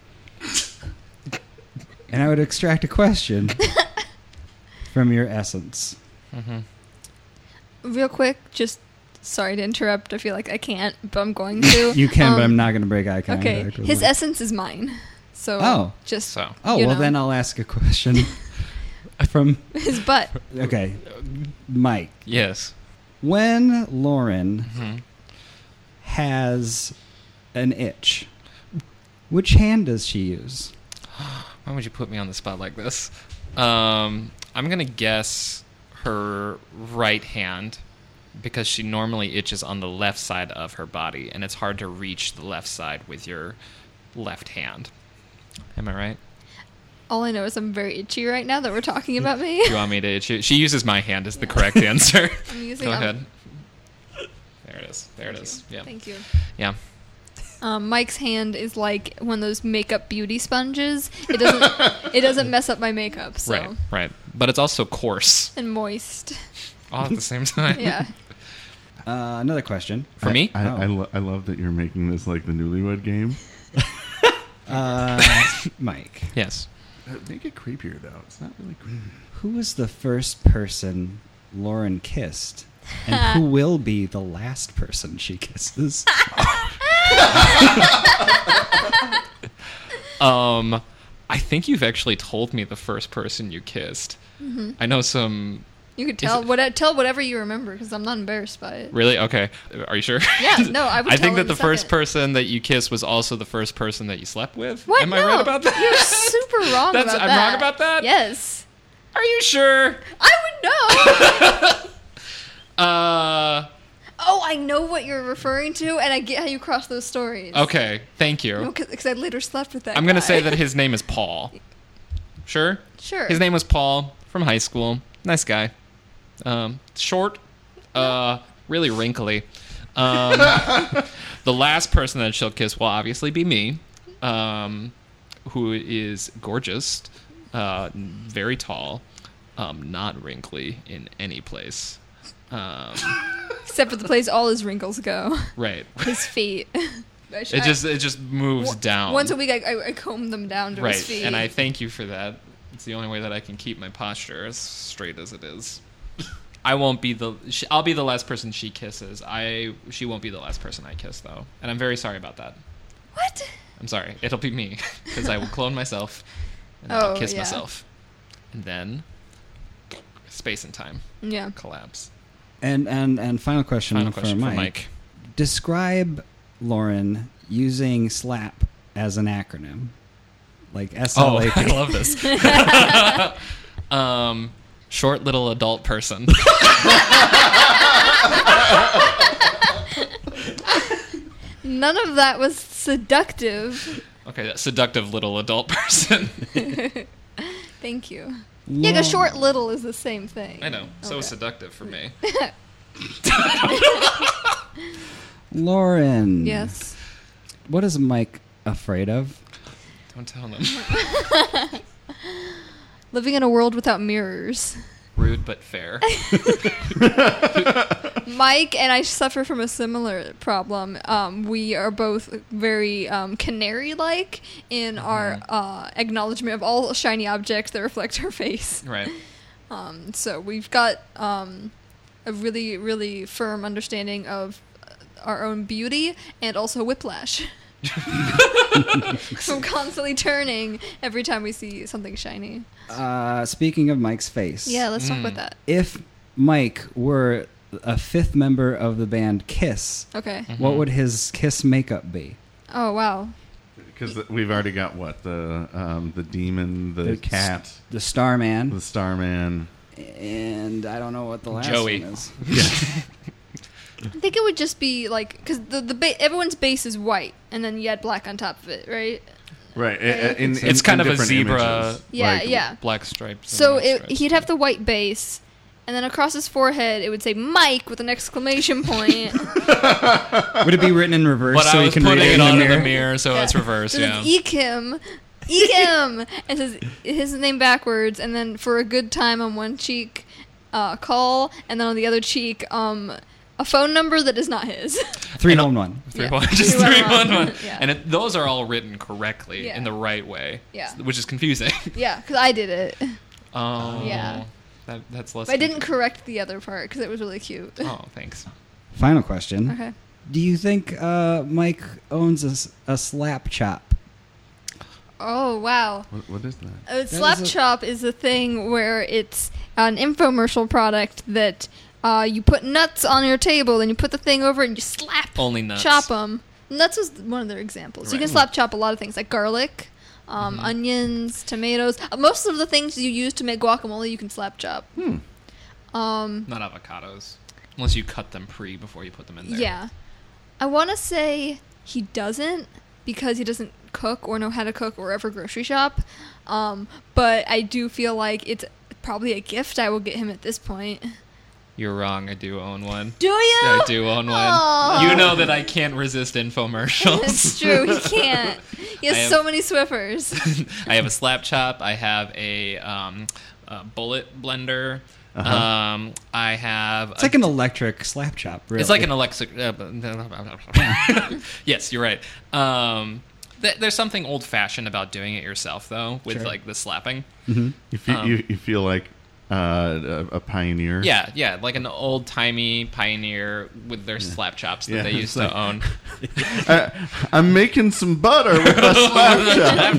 and I would extract a question from your essence.
Real quick, just sorry to interrupt. I feel like I can't, but I'm going to.
You can, but
Um,
I'm not going to break eye contact.
Okay,
with
his
one.
essence is mine. So
Oh.
just
So
Oh
you
well,
know.
then I'll ask a question from.
his butt.
Okay, Mike.
yes.
When Lauren
Mm-hmm.
has an itch, which hand does she use?
Why would you put me on the spot like this? Um, I'm gonna guess her right hand because she normally itches on the left side of her body, and it's hard to reach the left side with your left hand. Am I right?
All I know is I'm very itchy right now that we're talking about me.
You want me to itch? you? She uses my hand as the correct answer.
I'm using
Go
um,
ahead. There it is. There it is. Yeah.
Thank you.
Yeah.
Um, Mike's hand is like one of those makeup beauty sponges. It doesn't. it doesn't mess up my makeup. So
Right. Right. But it's also coarse
and moist.
all at the same time.
Yeah.
Uh, another question.
For me,
I, I,
Oh.
lo- I love that you're making this like the newlywed game.
Uh, Mike,
yes.
Uh, Make it creepier though. It's not really creepy.
who was the first person Lauren kissed? And who will be the last person she kisses?
Um, I think you've actually told me the first person you kissed.
Mm-hmm.
I know some.
You could tell
it-
what tell whatever you remember because I'm not embarrassed by it.
Really? Okay. Are you sure?
Yeah, no, I would
I
tell
think that
in
the
a
first
second.
person that you kissed was also the first person that you slept with.
What?
Am I
no,
right about that?
You're super wrong
That's-
about
I'm
that.
wrong about that?
Yes,
Are you sure?
I would know.
Uh,
oh, I know what you're referring to, and I get how you cross those stories.
okay. Thank you.
Because I later slept with that.
I'm gonna
guy.
say that his name is Paul. Sure.
Sure.
His name was Paul from high school. Nice guy. Um, short, uh, really wrinkly. Um, the last person that she'll kiss will obviously be me, um, who is gorgeous, uh, very tall, um, not wrinkly in any place. Um,
Except for the place all his wrinkles go,
right.
his feet. I sh-
It
I-
just it just moves down.
Once a week, I, I, I comb them down to
right.
his feet.
And I thank you for that. It's the only way that I can keep my posture as straight as it is. I won't be the. sh I'll be the last person she kisses. I. She won't be the last person I kiss though, and I'm very sorry about that.
what?
I'm sorry. It'll be me because I will clone myself and then I'll
Oh,
kiss
yeah.
myself, and then space and time
Yeah.
collapse.
and and and final question
Final
for
question
Mike.
for Mike.
Describe Lauren using SLAP as an acronym, like
Oh,
SLAP.
I love this. um, short little adult person.
None of that was seductive.
Okay, that seductive little adult person.
Thank you. Yeah, 'cause short little is the same thing.
I know. So
Okay.
seductive for me.
Lauren.
Yes.
What is Mike afraid of?
Don't tell them.
Living in a world without mirrors.
Rude but fair.
Mike and I suffer from a similar problem. Um, we are both very um, canary like in our uh, acknowledgement of all shiny objects that reflect our face.
Right.
Um, so we've got um, a really, really firm understanding of uh, our own beauty and also whiplash. From constantly turning every time we see something shiny.
Uh, speaking of Mike's face.
Yeah, let's talk about that.
If Mike were a fifth member of the band Kiss,
Okay.
what
Mm-hmm.
would his Kiss makeup be?
Oh wow.
Because we've already got what the um, the demon, the,
The
cat,
The Starman.
the Starman.
and I don't know what the last
Joey.
one is.
I think it would just be like because the the ba- everyone's base is white, and then you add black on top of it, right?
Right.
Right.
in- in-
It's kind
in
of a
different
zebra.
images.
Yeah,
Like,
yeah.
Black stripes. and
So
white
it,
stripes.
he'd have the white base, and then across his forehead it would say Mike with an exclamation point.
Would it be written in reverse
But
so
I
you
was
can
putting
read it
it
in the
on in
mirror?
the mirror, so it's reversed.
So
Yeah.
it's Eek him, eek him, and says his name backwards, and then for a good time on one cheek, uh, call, and then on the other cheek, um, a phone number that is not his.
Three one one.
Three
Yeah.
one, just
Three, one,
three one
one.
one,
Yeah.
and it, those are all written correctly
Yeah.
in the right way,
Yeah.
which is confusing.
yeah, because I did it,
Oh,
Yeah.
that, that's less.
but I didn't correct the other part because it was really cute.
Oh, thanks.
Final question.
Okay.
Do you think uh, Mike owns a, s- a slap chop?
Oh wow.
What, what is that?
Uh,
is
slap
a-
chop is a thing where it's an infomercial product that uh, you put nuts on your table and you put the thing over and you slap
Only nuts.
chop them. Nuts was one of their examples. You can
Right. Mm-hmm.
slap chop a lot of things like garlic, um, onions, tomatoes. Uh, Most of the things you use to make guacamole, you can slap chop. Um,
Not avocados, unless you cut them pre before you put them in there.
yeah, I want to say he doesn't because he doesn't cook or know how to cook or ever grocery shop. Um, but I do feel like it's probably a gift I will get him at this point.
you're wrong. I do own one.
Do you?
I do own one.
Aw.
You know that I can't resist infomercials.
It's true. He can't. He has
I am-
so many Swiffers.
I have a slap chop. I have a, um, a bullet blender. Um, I have.
It's like an electric slap chop. Really.
It's like an electric. Uh, yes, you're right. Um, th- there's something old fashioned about doing it yourself, though, with
Sure.
like the slapping.
You feel, you, you feel like uh, a, a pioneer.
Yeah, yeah, like an old timey pioneer with their slap chops that
Yeah,
they used
it's like-
to own.
Uh, I'm making some butter with a slap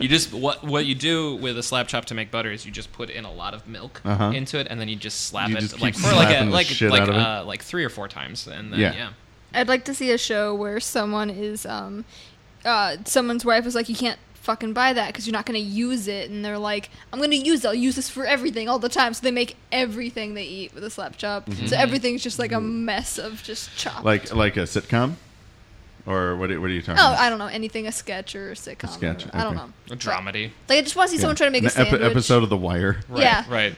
you just what what you do with a slap chop to make butter is you just put in a lot of milk
Uh-huh.
into it, and then you just slap
You
it
just
like
keep
for like a,
slapping the
like
shit
like
out of it.
uh, like three or four times, and then
Yeah.
yeah.
I'd like to see a show where someone is, um, uh, someone's wife was like, "You can't fucking buy that because you're not gonna use it," and they're like, "I'm gonna use it. I'll use this for everything all the time." So they make everything they eat with a slap chop. So everything's just like a mess of just chop.
Mm-hmm. Like like a sitcom, or what? are- What are you talking?
oh,
about?
I don't know anything a sketch or a sitcom.
sketch,
or- I don't
okay.
know.
a dramedy,
Like I just want to see someone trying to make a
An epi-
sandwich.
episode of The Wire.
right?
Yeah.
Right.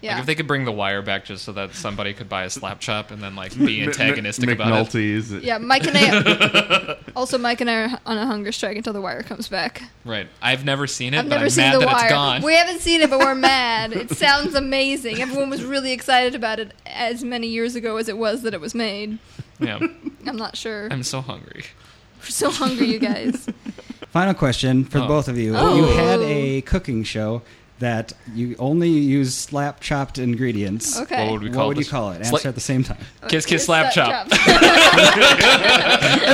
Yeah.
Like if they could bring the wire back just so that somebody could buy a slap chop and then like be antagonistic
M- M-
about it.
McNulty's.
yeah, Mike and I. also, Mike and I are on a hunger strike until the wire comes back.
Right. I've never seen it,
I've
but
never
I'm
seen
mad
The
that
Wire.
it's gone.
We haven't seen it, but we're mad. It sounds amazing. Everyone was really excited about it as many years ago as it was that it was made.
yeah.
I'm not sure.
I'm so hungry.
we're so hungry, you guys.
Final question for
Oh.
both of you.
Oh.
You had a cooking show that you only use slap chopped ingredients.
Okay.
What would we
What
call
would
this?
you call it?
Sla-
Answer at the same time.
kiss, kiss, slap, chop.
and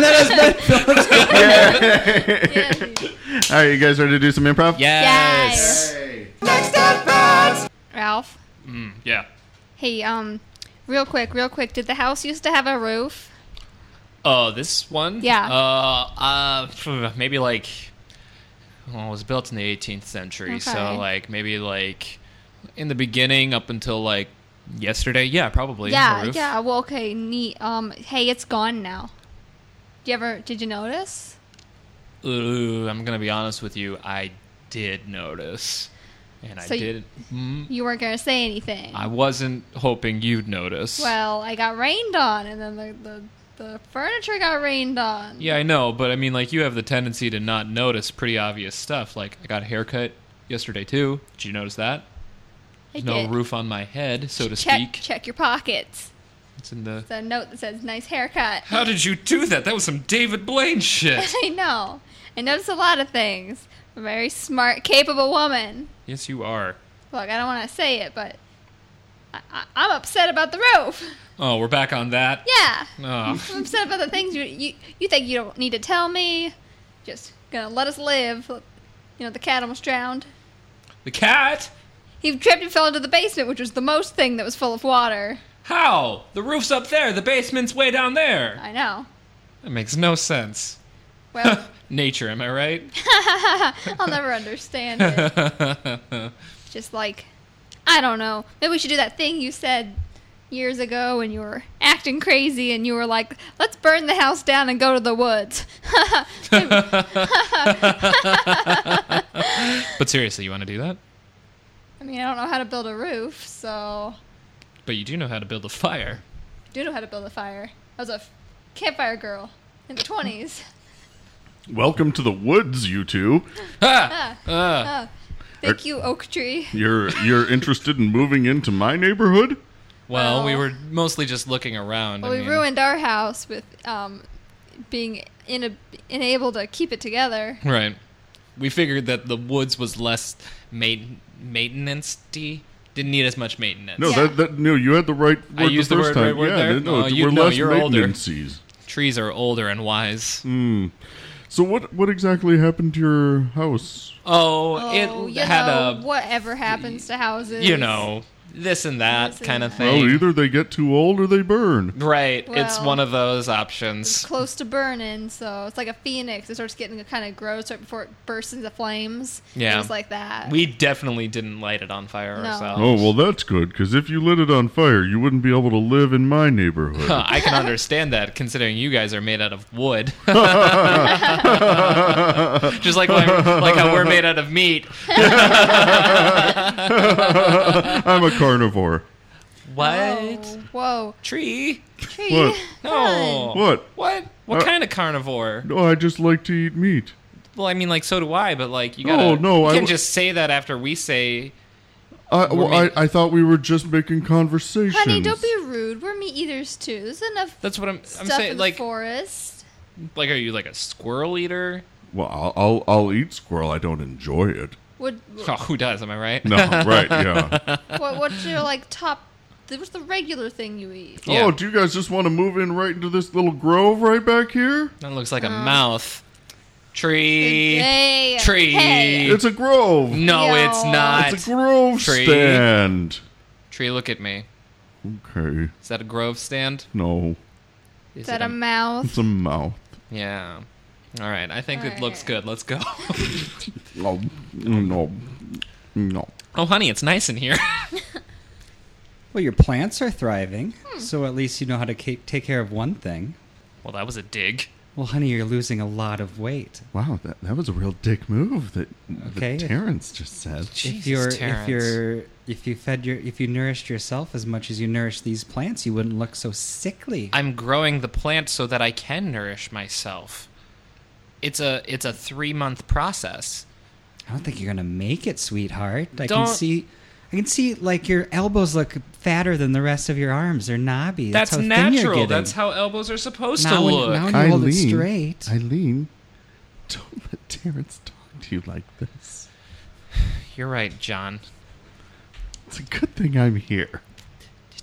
that has been Philip's
Yay.
All right, you guys ready to do some improv?
Yes.
Next up, friends!
Ralph,
Yeah.
hey, um, real quick, real quick, did the house used to have a roof?
Oh, this one?
Yeah.
Uh, uh, maybe like, well, it was built in the 18th century, so
Okay.
like maybe like in the beginning up until like yesterday. Yeah, probably.
yeah,
the roof.
yeah. Well, okay, neat. Um, hey, it's gone now. Do you ever? Did you notice?
Ooh, I'm gonna be honest with you. I did notice, and
So
I
you-
did. Mm,
You weren't gonna say anything.
I wasn't hoping you'd notice.
well, I got rained on, and then the the, the furniture got rained on.
yeah, I know, but I mean, like, you have the tendency to not notice pretty obvious stuff. Like, I got a haircut yesterday too. Did you notice that?
I
There's no
did.
roof on my head, so to
check
speak.
check your pockets.
It's in the.
It's a note that says "nice haircut."
How did you do that? That was some David Blaine shit.
I know. I notice a lot of things. I'm a very smart, capable woman.
yes, you are.
Look, I don't want to say it, but I, I, I'm upset about the roof.
Oh, we're back on that.
Yeah.
Oh.
I'm upset about the things you, you you think you don't need to tell me. Just gonna let us live. You know, the cat almost drowned.
The cat?
He tripped and fell into the basement, which was the most thing that was full of water.
How? The roof's up there. The basement's way down there.
I know.
That makes no sense.
Well,
Nature, am I right?
I'll never understand it. Just like, I don't know. Maybe we should do that thing you said years ago when you were acting crazy and you were like, let's burn the house down and go to the woods.
but seriously, you want to do that?
I mean, I don't know how to build a roof, so
But you do know how to build a fire.
I do know how to build a fire. I was a f- campfire girl in the 20s.
Welcome to the woods, you two.
Ah!
Oh, Thank you, oak tree.
You're you're interested in moving into my neighborhood?
Well, we
Well-
were mostly just looking around.
Well,
I
we
mean,
ruined our house with um, being in unable to keep it together.
Right. We figured that the woods was less main- maintenance y. Didn't need as much maintenance.
No,
Yeah.
that, that no, you had the right word
I used
the
the
first
word-
time.
right word
yeah,
there?
no,
Oh,
it's-
you-
we're
no,
less
you're older.
maintenance-ies.
Trees are older and wise.
Mm. So what what exactly happened to your house?
Oh,
Oh,
it
you
had
know,
a
whatever happens to houses.
you know this and that
This and
kind of
that.
Well,
thing.
Oh, either they get too old or they burn.
Right. it's
Well-
one of those
It's
options.
close to burning, so it's like a phoenix. It starts getting kind of gross right before it bursts into flames.
Yeah.
Things like that.
We definitely didn't light it on fire
No.
ourselves.
Oh well, that's good because if you lit it on fire, you wouldn't be able to live in my neighborhood.
Huh, Uh, I can understand that, considering you guys are made out of wood. Just like why- like how we're made out of meat.
I'm a carnivore.
What
Whoa, whoa.
tree?
Tree.
What?
No.
What?
What? What
Uh,
kind of carnivore?
No, I just like to eat meat.
Well, I mean, like so do I, but like you
No,
gotta.
no,
you
I
can
w-
just say that after we say.
I, well, I,
meat.
I thought we were just making conversations.
Honey, don't be rude. We're meat eaters too. There's enough
That's what I'm. I'm
stuff
saying
in
like
the forest.
like are you like a squirrel eater?
Well, I'll, I'll I'll eat squirrel. I don't enjoy it.
Would
Oh, who does? Am I right?
No, right? Yeah.
what, what's your like top? What's the regular thing you eat?
Yeah.
Oh, do you guys just want to move in right into this little grove right back here?
That looks like a
Uh-huh.
mouth. Tree.
Hey,
Tree.
hey.
It's a grove.
No,
No.
it's not.
It's a grove
Tree.
stand.
Tree, look at me.
Okay.
Is that a grove stand?
No,
Is
Is that
it
a mouth?
it's a mouth.
Yeah. All right. I think it
All
looks
right.
good. Let's go.
No, no, no.
oh, honey, it's nice in here.
Well, your plants are thriving, so at least you know how to ca- take care of one thing.
well, that was a dig.
Well, honey, you're losing a lot of weight.
Wow, that, that was a real dick move that,
Okay.
that Terrence just said.
Jesus,
if you're
Terrence.
if you're if you fed your if you nourished yourself as much as you nourish these plants, you wouldn't look so sickly.
I'm growing the plant so that I can nourish myself. It's a it's a three month process.
I don't think you're gonna make it, sweetheart. I
Don't-
can see, I can see like your elbows look fatter than the rest of your arms. They're knobby.
That's,
That's, how thin you're
natural.
getting.
That's how elbows are supposed
now
to
when,
look.
Now when you hold it straight.
Eileen, don't let Terrence talk to you like this.
You're right, John.
It's a good thing I'm here.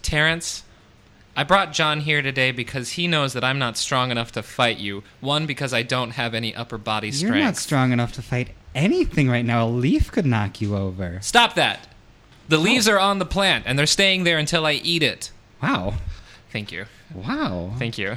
Terrence, I brought John here today because he knows that I'm not strong enough to fight you. One, because I don't have any upper body
you're
strength.
not strong enough to fight anything right now. A leaf could knock you over.
Stop that! The leaves are on the plant, and they're staying there until I eat it.
Wow,
Thank you.
wow.
Thank you.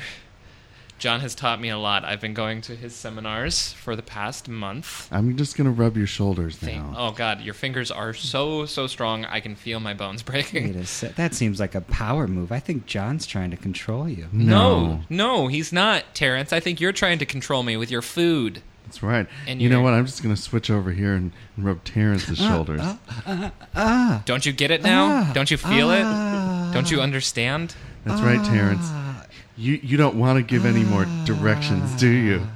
John has taught me a lot. I've been going to his seminars for the past month.
I'm just gonna rub your shoulders
Thank-
now.
oh God, your fingers are so so strong. I can feel my bones
Wait
breaking.
a sec. That seems like a power move. I think John's trying to control you.
No, no, he's not, Terrence. I think you're trying to control me with your food.
That's right.
And
And you know
you're-
what? I'm just gonna switch over here and, and rub Terrence's shoulders.
Don't you get it now?
Ah,
Don't you feel
ah.
it? Don't you understand?
That's right, Terrence. You you don't want to give any more
Ah.
directions, do you?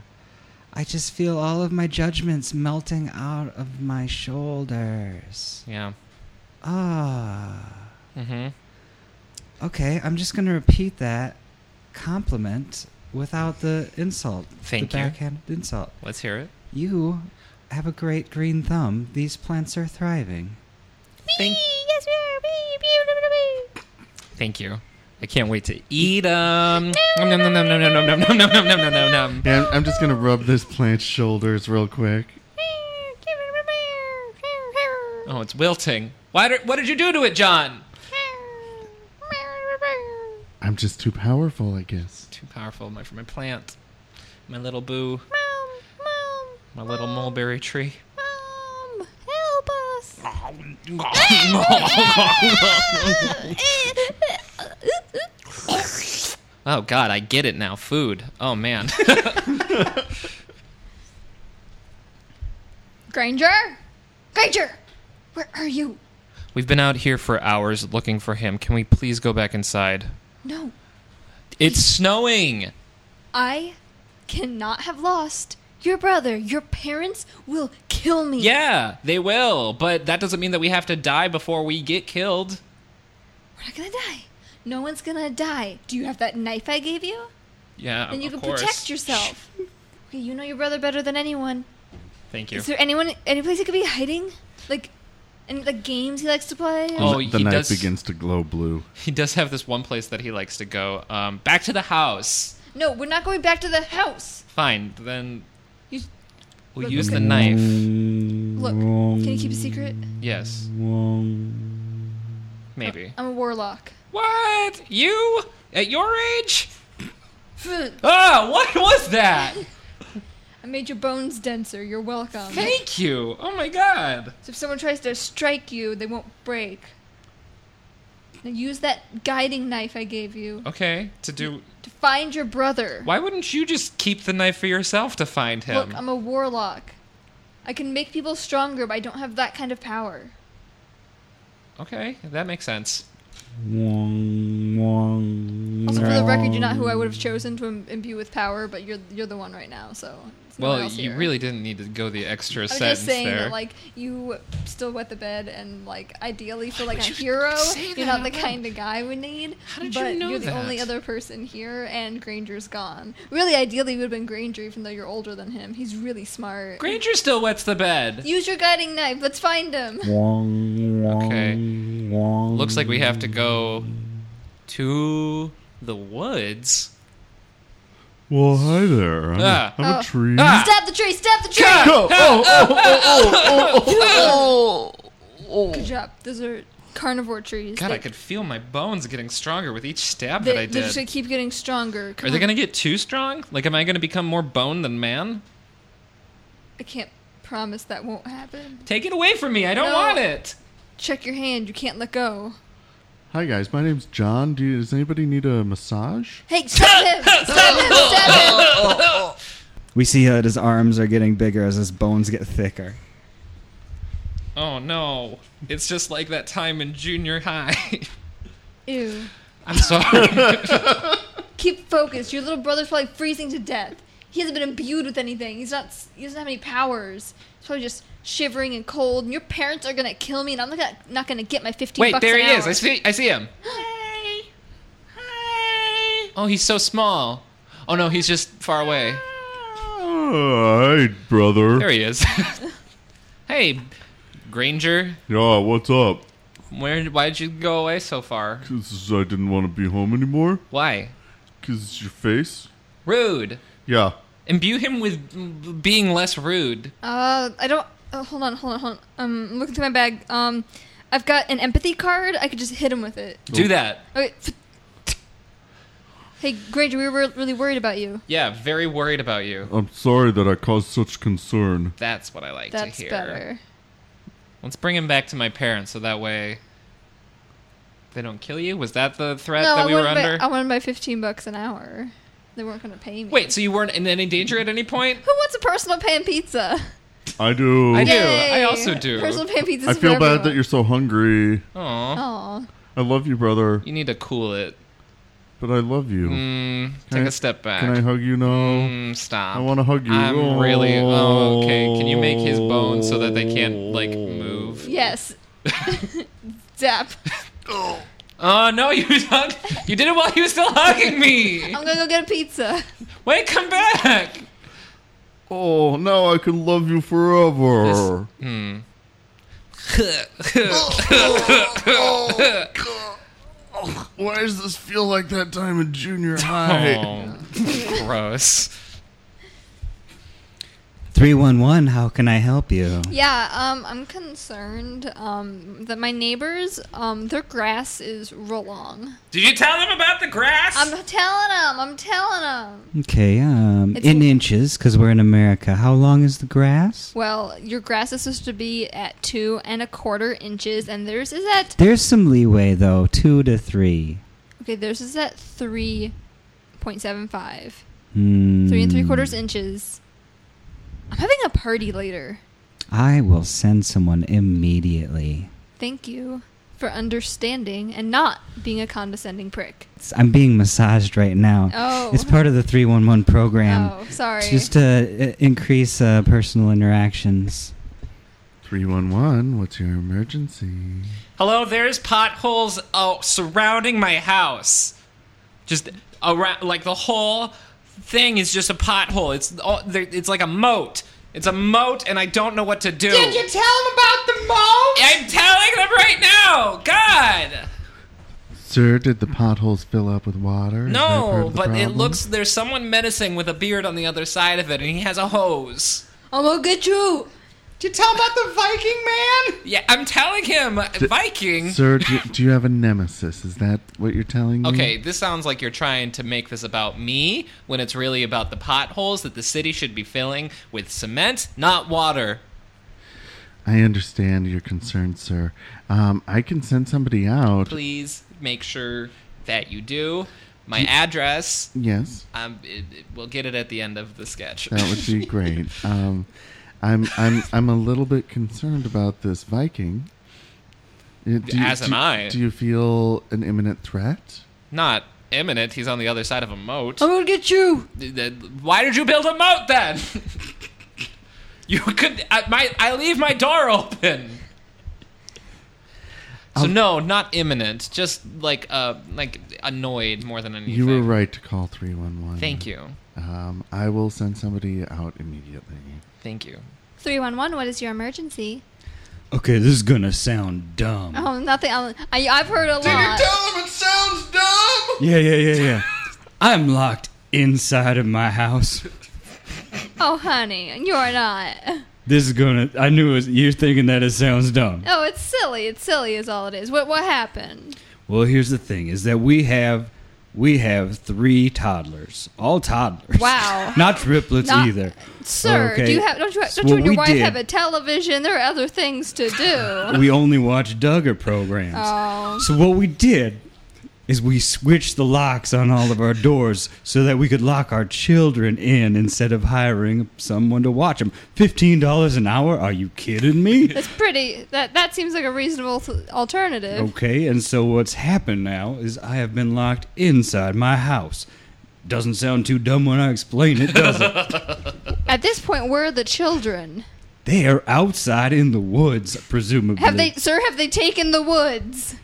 I just feel all of my judgments melting out of my shoulders.
Yeah.
Ah.
Mm-hmm.
Okay, I'm just going to repeat that compliment without the insult.
Thank
the
you.
backhanded insult.
Let's hear it.
You have a great green thumb. These plants are thriving.
Thank. Thank you. I can't wait to eat them. Nom nom nom nom nom nom nom nom nom nom nom nom nom nom.
Yeah, I'm, I'm just gonna rub this plant's shoulders real quick.
Oh, it's wilting. Why? Did, what did you do to it, John?
I'm just too powerful, I guess.
Too powerful, my for my plant, my little boo, my little mulberry tree.
Mom, help us.
Oh God, I get it now. Food. Oh man.
Granger? Granger! Where are you?
We've been out here for hours looking for him. Can we please go back inside?
No,
It's snowing.
I cannot have lost your brother. Your parents will kill me.
Yeah, they will, but that doesn't mean that we have to die before we get killed.
We're not gonna die. No one's gonna die. Do you have that knife I gave you?
Yeah,
Then you
Um, of
can
course.
protect yourself. okay, you know your brother better than anyone.
Thank you.
Is there anyone, any place he could be hiding? Like, any like games he likes to play?
Oh,
the
he
night
does-
begins to glow blue.
He does have this one place that he likes to go. Um, back to the house.
No, we're not going back to the house.
Fine, then
You,
we'll
Look,
use
look.
the knife.
look,
Um,
can you keep a secret?
Yes, maybe.
I'm a warlock.
What? You? At your age?
I
Ah, what was that?
made your bones denser. You're welcome.
Thank you. Oh my god.
So if someone tries to strike you, they won't break. Now use that guiding knife I gave you
Okay, to do.
to find your brother.
Why wouldn't you just keep the knife for yourself to find him?
Look, I'm a warlock. I can make people stronger, but I don't have that kind of power.
okay, that makes sense. Mm,
Also, for the record, you're not
um,
who I would have chosen to im- imbue with power, but you're you're the one right now. So it's no one
Well,
else
you
here.
really didn't need to go the extra
I was
sentence
just saying
there.
that, like, you still wet the bed, and like, ideally for like a hero, you're not the kind of guy we need. How
did you
but
know
are the only
that?
other person here, and Granger's gone. Really, ideally, would have been Granger, even though you're older than him. He's really smart.
Granger still wets the bed.
Use your guiding knife. Let's find him.
Okay. Looks like we have to go to the woods.
Well, hi there. I'm,
Ah.
a, I'm
Oh.
a tree.
Ah.
Stab the tree! Stab the tree!
Oh, oh, oh, oh, oh,
Good job. Those are carnivore trees.
God,
They-
I could feel my bones getting stronger with each stab
They,
that I
they just gonna
did.
keep getting stronger. Come
Are they
on.
gonna get too strong? Like, am I gonna become more bone than man?
I can't promise that won't happen.
Take it away from me! I don't
No.
want it.
Check your hand. You can't let go.
Hi guys, my name's John. Do you, does anybody need a massage?
Hey, stab him! Stab him! Stab him! oh.
We see that his arms are getting bigger as his bones get thicker.
Oh no! It's just like that time in junior high.
Ew.
I'm sorry.
Keep focused. Your little brother's probably freezing to death. He hasn't been imbued with anything. He's not. He doesn't have any powers. He's probably just shivering and cold. And your parents are gonna kill me, and I'm not gonna, not gonna get my fifteen.
Wait,
bucks
there
an
he is.
hour.
I see. I see him. Oh, he's so small. Oh no, he's just far away.
Oh, hey, brother.
There he is. hey, Granger,
Yeah, what's up?
where? Why did you go away so far?
Cause I didn't want to be home anymore.
Why?
Cause it's your face.
Rude.
Yeah.
Imbue him with being less rude.
Uh, I don't. Oh, hold on, hold on, hold on. Um, I'm looking through my bag. Um, I've got an empathy card. I could just hit him with it.
Do that.
Okay. f- Oh, Hey, Granger, we were really worried about you.
Yeah, very worried about you.
I'm sorry that I caused such concern.
That's what I like
That's
to hear.
better.
Let's bring him back to my parents so that way they don't kill you. Was that the threat
no,
that
I
we were
wanted to
under?
buy- I wanted to buy fifteen bucks an hour. They weren't going to pay me.
Wait, so you weren't in any danger at any point?
who wants a personal pan pizza?
I do.
I do.
Yay.
I also do.
Personal pan pizza.
I feel bad that you're so hungry.
Aw.
Oh,
I love you, brother,
You need to cool it.
but I love you.
Mm,
Can
take
I-
a step back.
Can I hug you now?
Mm, stop.
I want to hug you.
I'm really
Oh.
oh, okay. Can you make his bones so that they can't like move?
yes. Zap.
Oh no, you hug. You did it while he was still hugging me.
I'm gonna go get a pizza.
Wait, come back.
Oh, now I can love you forever. Why does this feel like that time in junior high?
Oh, gross.
311, how can I help you?
Yeah, um, I'm concerned um, that my neighbors, um, their grass is real long.
Did you tell them about the grass?
I'm telling them. I'm telling them.
Okay, um,
It's
in
a-
inches, because we're in America. How long is the grass?
Well, your grass is supposed to be at two and a quarter inches, and theirs is at
There's some leeway, though, two to three.
okay. Theirs is at three point seven five.
Hmm.
Three and three quarters inches. I'm having a party later.
I will send someone immediately.
Thank you for understanding and not being a condescending prick.
It's- I'm being massaged right now.
Oh.
It's part of the 311 program.
oh, sorry.
It's just to uh, increase uh, personal interactions.
311, what's your emergency?
Hello, there's potholes uh, surrounding my house. Just around, like the whole thing is just a pothole. It's all, there- it's like a moat. It's a moat, and I don't know what to do.
Did you tell him about the mole?
I'm telling them right now. God,
Sir, did the potholes fill up with water? Is that part
no.
of the
But it
problem?
looks there's someone menacing with a beard on the other side of it, and he has a hose.
I'm gonna get you.
Did you tell him about the Viking man?
Yeah, I'm telling him Viking.
Sir, do, do you have a nemesis? Is that what you're telling me?
Okay, this sounds like you're trying to make this about me when it's really about the potholes that the city should be filling with cement, not water.
I understand your concern, sir. Um, I can send somebody out.
Please make sure that you do. My address,
Yes,
um, it, it- we'll get it at the end of the sketch.
that would be great. Um, I'm I'm I'm a little bit concerned about this Viking. Uh, Do
As am
do-
I.
Do you feel an imminent threat?
Not imminent, he's on the other side of a moat.
I'm gonna get you.
Th- th- Why did you build a moat then? you could. I, my, I leave my door open. So
Um,
no, not imminent. Just like uh, like annoyed more than anything.
You were right to call three one one.
Thank you,
Um, I will send somebody out immediately.
thank you.
Three one one. What is your emergency?
Okay, this is gonna sound dumb.
Oh, nothing. I'm, I, I've heard a lot.
Tell him it sounds dumb.
Yeah, yeah, yeah, yeah. I'm locked inside of my house.
Oh, honey, you're not.
This is gonna. I knew it was, you're thinking that it sounds dumb.
Oh, it's silly. It's silly is all it is. What what happened?
Well, here's the thing: is that we have we have three toddlers, all toddlers.
Wow.
Not triplets
Not-
either.
Sir, do
Okay.
you have don't you don't
So
you
what
and your
we
wife
did-
have a television? There are other things to do.
We only watch Duggar programs.
Oh.
So what we did is we switched the locks on all of our doors so that we could lock our children in instead of hiring someone to watch them. Fifteen dollars an hour? Are you kidding me?
That's pretty. That that seems like a reasonable th- alternative.
Okay, and so what's happened now is I have been locked inside my house. Doesn't sound too dumb when I explain it, does it?
At this point, where are the children?
they are outside in the woods, presumably.
Have they, sir? Have they taken the woods?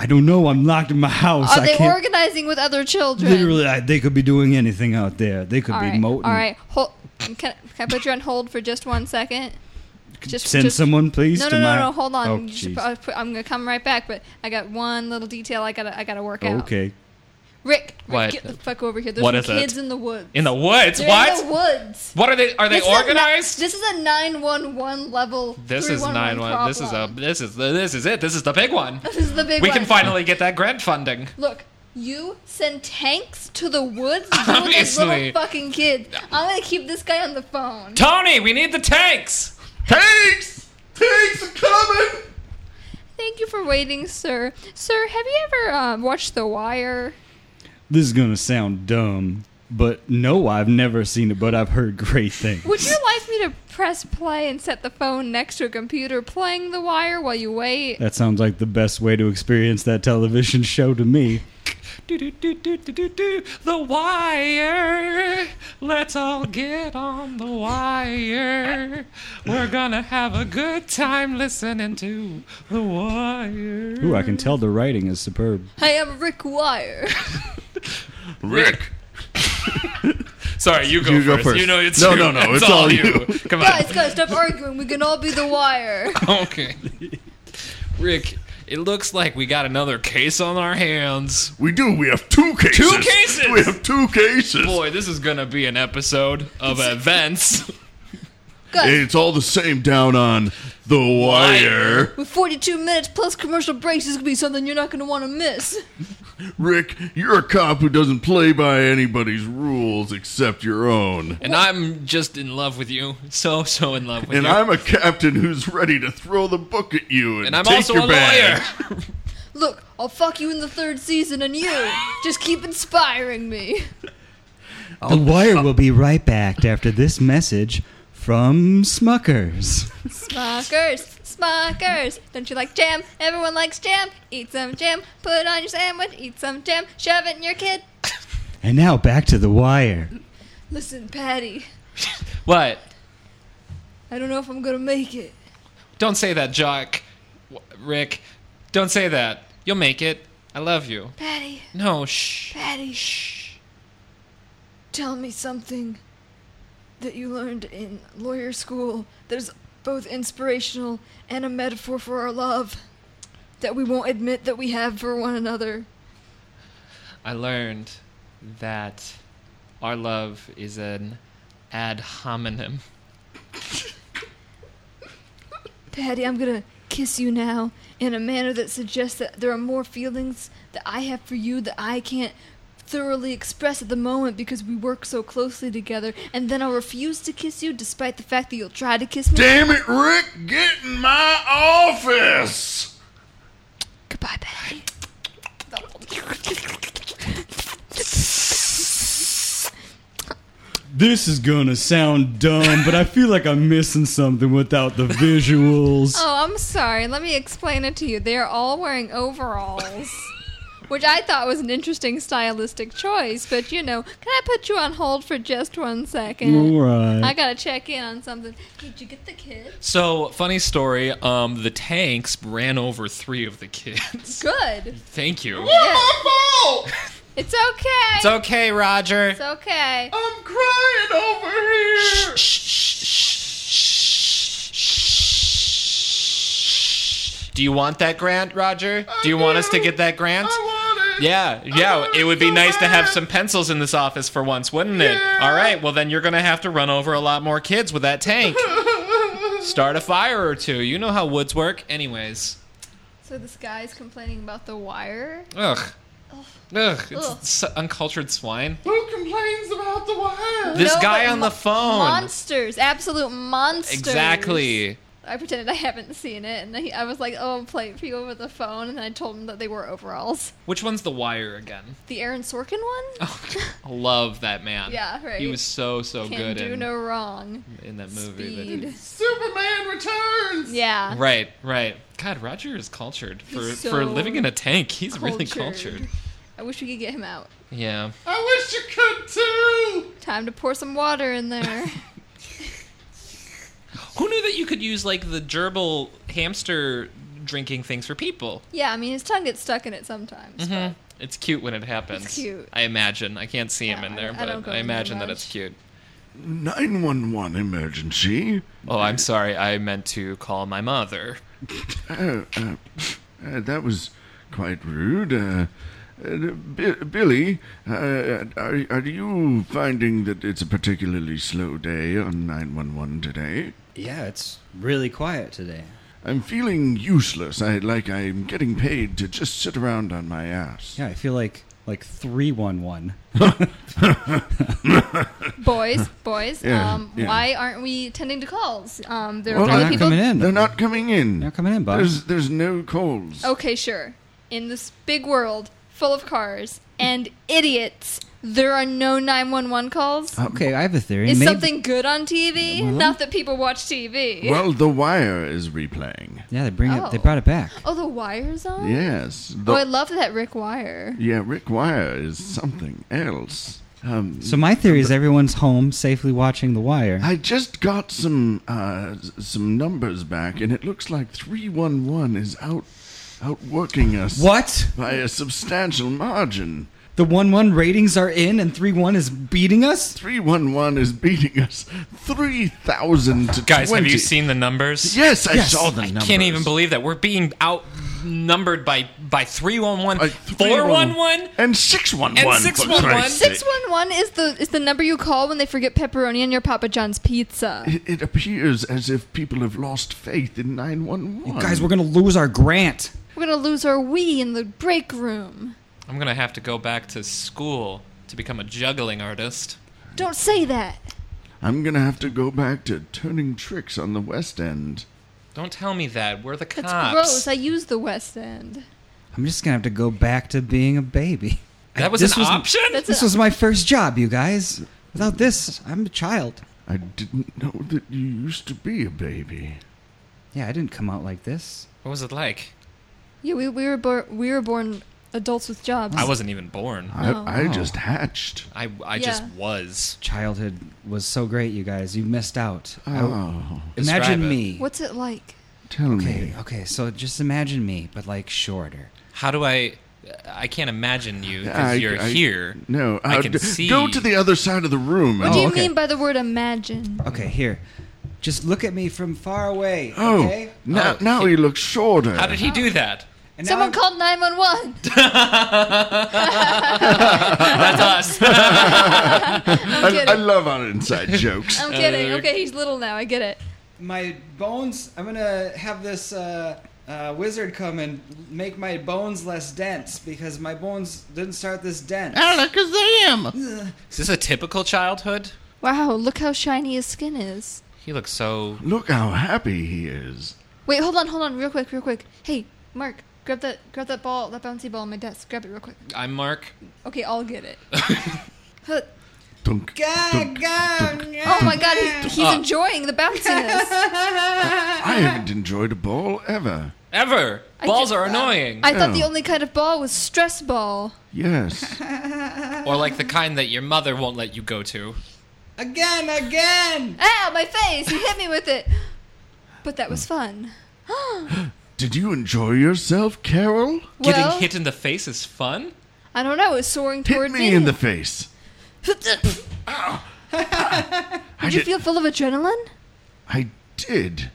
I don't know. I'm locked in my house.
Are
I
they
can't.
organizing with other children?
Literally, I, they could be doing anything out there. They could
All
be
right. All
moting.
right. Hold, can, can I put you on hold for just one second? Just
Send
just-
someone, please.
No,
to
no, no,
my-
no. Hold on.
Oh,
You should
jeez.
probably put- I'm gonna come right back, but I got one little detail I gotta I gotta work out.
Okay.
Rick, Rick,
What?
get the fuck over here. There's
What
some
is it?
kids in the woods.
In the woods?
They're
what?
In the woods.
what are they? Are they
This is a ni-
organized?
this is a nine one one level.
this is
311
nine one. This is a.
problem.
This is the. This is it. This is the big one.
This is the big.
we
one.
can finally get that grant funding.
Look, You send tanks to the woods? Deal with those
Obviously.
little fucking kids. I'm gonna keep this guy on the phone.
Tony, we need the tanks.
Tanks! Tanks are coming!
Thank you for waiting, sir. Sir, have you ever um, watched The Wire?
This is going to sound dumb, but no, I've never seen it, but I've heard great things.
Would you like me to press play and set the phone next to a computer playing The Wire while you wait?
That sounds like the best way to experience that television show to me.
Do, do, do, do, do, do, do. The wire. Let's all get on the wire. We're gonna have a good time listening to the wire.
Ooh, I
Mm.
can tell the writing is superb.
I am Rick Wire.
Rick!
Sorry, you go,
You
first.
go first.
You know it's
No,
you.
no, no, it's all you.
Come on.
guys, guys, stop arguing. We can all be The Wire.
Okay. Rick, it looks like we got another case on our hands.
We do. We have two cases.
cases!
We have two cases.
Boy, this is gonna be an episode of events.
Guys,
It's all the same down on the wire.
with 42 minutes plus commercial breaks, this is gonna be something you're not gonna want to miss.
Rick, you're a cop who doesn't play by anybody's rules except your own.
And I'm just in love with you. So, so in love with
And
you.
I'm a captain who's ready to throw the book at you and,
and I'm
take
also
your
a
badge.
lawyer.
Look, I'll fuck you in the third season, and you just keep inspiring me.
The Wire will be right back after this message from Smuckers.
Smuckers, Smuckers, don't you like jam? Everyone likes jam. Eat some jam. Put it on your sandwich. Eat some jam. Shove it in your kid.
And now back to The Wire.
Listen, Patty,
What?
I don't know if I'm gonna make it.
Don't say that, Jock. W- Rick, don't say that. You'll make it. I love you.
Patty,
No, shh.
Patty, shh. Tell me something that you learned in lawyer school that is both inspirational and a metaphor for our love that we won't admit that we have for one another.
I learned that our love is an ad hominem.
Patty, I'm gonna kiss you now in a manner that suggests that there are more feelings that I have for you that I can't thoroughly express at the moment because we work so closely together, and then I'll refuse to kiss you despite the fact that you'll try to kiss me.
Damn it, Rick, get in my office!
Goodbye, Patty.
This is gonna sound dumb, but I feel like I'm missing something without the visuals.
Oh, I'm sorry. Let me explain it to you. They're all wearing overalls. Which I thought was an interesting stylistic choice, but you know, can I put you on hold for just one second?
All right.
I gotta check in on something. Did you get the kid?
So, funny story um, the tanks ran over three of the kids.
Good.
Thank you.
It's okay.
It's okay, Roger.
It's okay.
I'm crying over here!
Do you want that grant, Roger? Do you want us to get that grant? Yeah, yeah, it would be nice to have some pencils in this office for once, wouldn't it? All right, well, then you're going to have to run over a lot more kids with that tank. Start a fire or two. You know how woods work. Anyways.
So this guy's complaining about the wire.
Ugh. Ugh. It's
Ugh.
s- uncultured swine.
Who complains about the wire?
This
No,
guy
but
on
mo-
the phone.
Monsters, absolute monsters.
Exactly.
I pretended I haven't seen it, and I, I was like, "Oh, I'm playing for you over the phone," and then I told him that they were overalls.
Which one's the wire again?
The Aaron Sorkin
Oh,
one.
I love that man.
Yeah, right.
He was so so
Can
good
do
in,
no wrong.
in that movie. that he-
Speed.
Superman returns!
Yeah.
Right, right. God, Roger is cultured for
He's
for
so
living in a tank. He's really cultured.
I wish we could get him out.
Yeah.
I wish you could too!
Time to pour some water in there.
Who knew that you could use like the gerbil hamster drinking things for people?
yeah, I mean his tongue gets stuck in it sometimes. but-
It's cute when it happens.
It's cute.
I imagine. I can't see him
Yeah,
in
I-
there,
I
but
don't go
I,
in there
imagine that
much.
it's cute.
911 emergency.
Oh, I'm sorry. I meant to call my mother.
Uh, uh, uh, that was quite rude. Uh, uh, Bi- Billy, uh, are, are you finding that it's a particularly slow day on 911 today?
Yeah, it's really quiet today.
I'm feeling useless. I like I'm getting paid to just sit around on my ass.
Yeah, I feel like like 311.
boys, boys,
Yeah,
um,
yeah.
why aren't we tending to calls? Um, there
Well,
are
they're
other
not
people.
coming in.
They're not coming in.
They're not coming in, Bob.
There's there's no calls.
Okay, sure. In this big world full of cars and idiots, there are no 911 calls.
Okay, I have a theory.
Is
Maybe-
something good on TV? Not that people watch TV.
Well, The Wire is replaying.
Yeah, they bring it. They
Oh.
brought it back.
oh, The Wire's on?
Yes. The,
Oh, I love that Rick Wire.
yeah, Rick Wire is something else. Um,
So my theory is everyone's home safely watching The Wire.
I just got some uh, s- some numbers back, and it looks like three one one is out outworking us
What?
by a substantial margin.
The one one ratings are in, and three one is beating us.
Three one one is beating us three thousand to
Guys,
20.
have you seen the numbers?
Yes, I
Yes.
saw the
I
I
numbers.
can't even believe that we're being outnumbered by by three one one,
Uh,
four one one.
and six one
And
one
611.
611 is the is the number you call when they forget pepperoni on your Papa John's pizza.
It, it appears as if people have lost faith in nine one one.
Guys, we're gonna lose our grant.
We're going to lose our Wii in the break room.
I'm gonna have to go back to school to become a juggling artist.
Don't say that.
I'm gonna have to go back to turning tricks on the West End.
Don't tell me that. We're the cops.
That's gross. I use the West End.
I'm just gonna have to go back to being a baby.
that was
This
an
was-
option.
That's
This
a-
was my first job, you guys. Without this, I'm a child.
I didn't know that you used to be a baby.
Yeah, I didn't come out like this.
What was it like?
Yeah, we, we were bor- we were born adults with jobs.
I wasn't even born.
No.
I, I just hatched.
I I just
Yeah.
was.
Childhood was so great, you guys. You missed out. I-
Oh,
Describe
imagine
it.
me.
What's it like?
tell
Okay,
me.
okay. So just imagine me, but like shorter.
How do I? I can't imagine you
I-
because you're
I-
here.
No,
I
uh,
can
d-
see.
Go to the other side of the room.
What
and-
do you
okay.
mean by the word imagine?
Okay, here. Just look at me from far away.
oh,
okay?
now,
Oh,
now
he-
he looks shorter.
How did he do that?
And now
Someone
I'm-
called 911.
That's us.
I'm
I, Uh, I
kidding.
love our inside jokes.
I'm kidding. Okay, he's little now. I get it.
my bones i'm gonna have this uh, uh, wizard come and make my bones less dense because my bones didn't start this dense
Alakazam!
Is this a typical childhood?
Wow, look how shiny his skin is.
He looks so.
Look how happy he is.
Wait, hold on, hold on, real quick, real quick. Hey, Mark, grab that, grab that ball, that bouncy ball on my desk. Grab it real quick.
I'm Mark.
Okay, I'll get it.
Dunk, dunk.
oh my God, he's, he's
Ah.
Uh.
enjoying the bounciness.
I haven't enjoyed a ball ever.
Ever.
I
Balls
ju-
are annoying.
I thought the
Oh.
only kind of ball was stress ball.
Yes.
or like the kind that your mother won't let you go to.
again again
Ow, Ah, my face! You hit me with it. But that was fun.
Did you enjoy yourself, Carol?
Getting
Well,
hit in the face is fun.
I don't know. It was soaring
Hit
toward
me in the face. I
Did you
did.
feel full of adrenaline?
I did.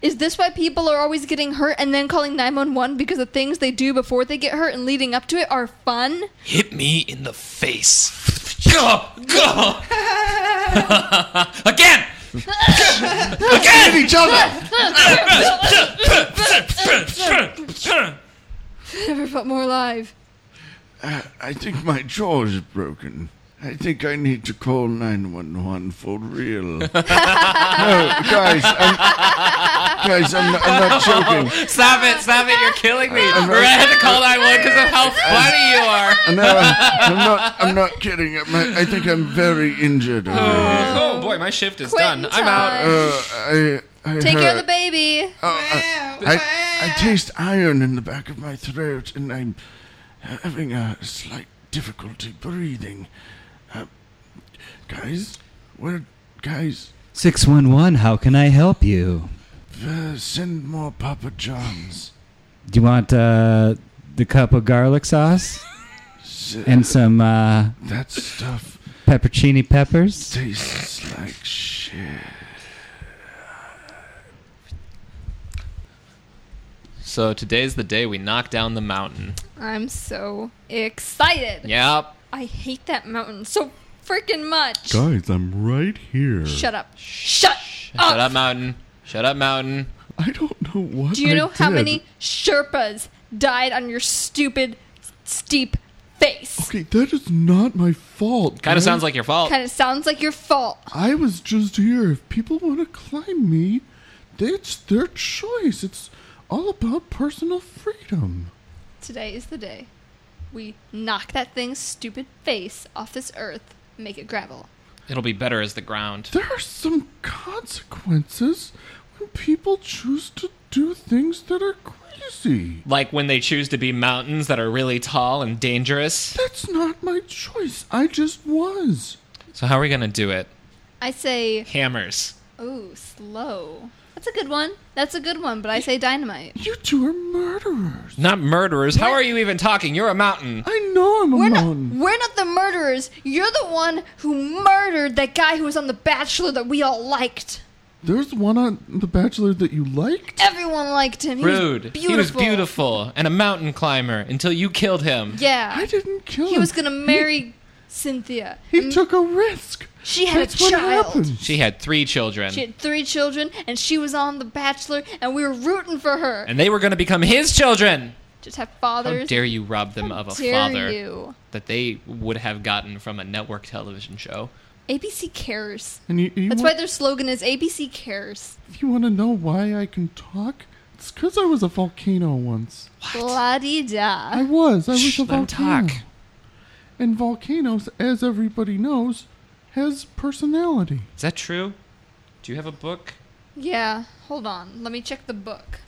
Is this why people are always getting hurt and then calling 911 because the things they do before they get hurt and leading up to it are fun?
Hit me in the face. Go, go. Again.
Hit each other!
Never felt more alive.
Uh, I think my jaw is broken. I think I need to call 911 for real. no, guys, I'm, guys, I'm not, I'm not joking.
Stop it! Stop it! You're killing me. We're gonna have to call 911 because of how funny you are.
No, I'm, I'm not, I'm not kidding. I'm, I think I'm very injured. over here.
Oh boy, my shift is
Quit
done. I'm out.
time.
Uh, I, I
Oh. Take
hurt.
care of the baby.
Uh, I, I taste iron in the back of my throat, and I'm having a slight difficulty breathing. Uh, guys, where, guys,
611 how can i help you
uh, send more Papa Johns.
do you want uh, the cup of garlic sauce
S-
and some uh,
that stuff
peppercini peppers
tastes like shit.
So today's the day we knock down the mountain.
I'm so excited.
Yep.
I hate that mountain so freaking much.
Guys, I'm right here.
Shut up. Shut, up.
Shut up, mountain. Shut up, mountain.
I don't know what.
Do you
I
know how
did.
many Sherpas died on your stupid, steep face.
Okay, that is not my fault.
Kind
man.
Mm-hmm.
of sounds like your fault.
Kind of sounds like your fault.
I was just here. If people want to climb me, that's their choice. It's all about personal freedom.
Today is the day we knock that thing's stupid face off this earth, and make it gravel.
It'll be better as the ground.
There are some consequences when people choose to do things that are crazy.
Like when they choose to be mountains that are really tall and dangerous.
That's not my choice. I just was.
So how are we gonna do it?
I say,
Hammers.
oh, slow. That's a good one. That's a good one, but I say dynamite.
You two are murderers.
Not murderers. How are you even talking? You're a mountain.
I know I'm a
We're not,
mountain.
we're not the murderers. You're the one who murdered that guy who was on The Bachelor that we all liked.
There's one on The Bachelor that you liked.
Everyone liked him. He
Rude.
Was
He was beautiful and a mountain climber until you killed him.
Yeah.
I didn't kill him.
He was gonna marry Cynthia.
He,
and
took a risk.
she had
That's
a
what
child.
happened.
She had three children.
She had three children, and she was on The Bachelor, and we were rooting for her.
and they were gonna become his children.
Just have
How
fathers.
dare you rob them of a
dare
father
you?
that they would have gotten from a network television show?
ABC cares.
And you, you
That's
want-
why their slogan is ABC cares.
If you want to know why I can talk, it's because I was a volcano once.
Blah dee da.
I was. I was
Shh,
a
let him
volcano.
talk.
And volcanoes, as everybody knows, has personality.
Is that true? Do you have a book?
Yeah. Hold on. Let me check the book.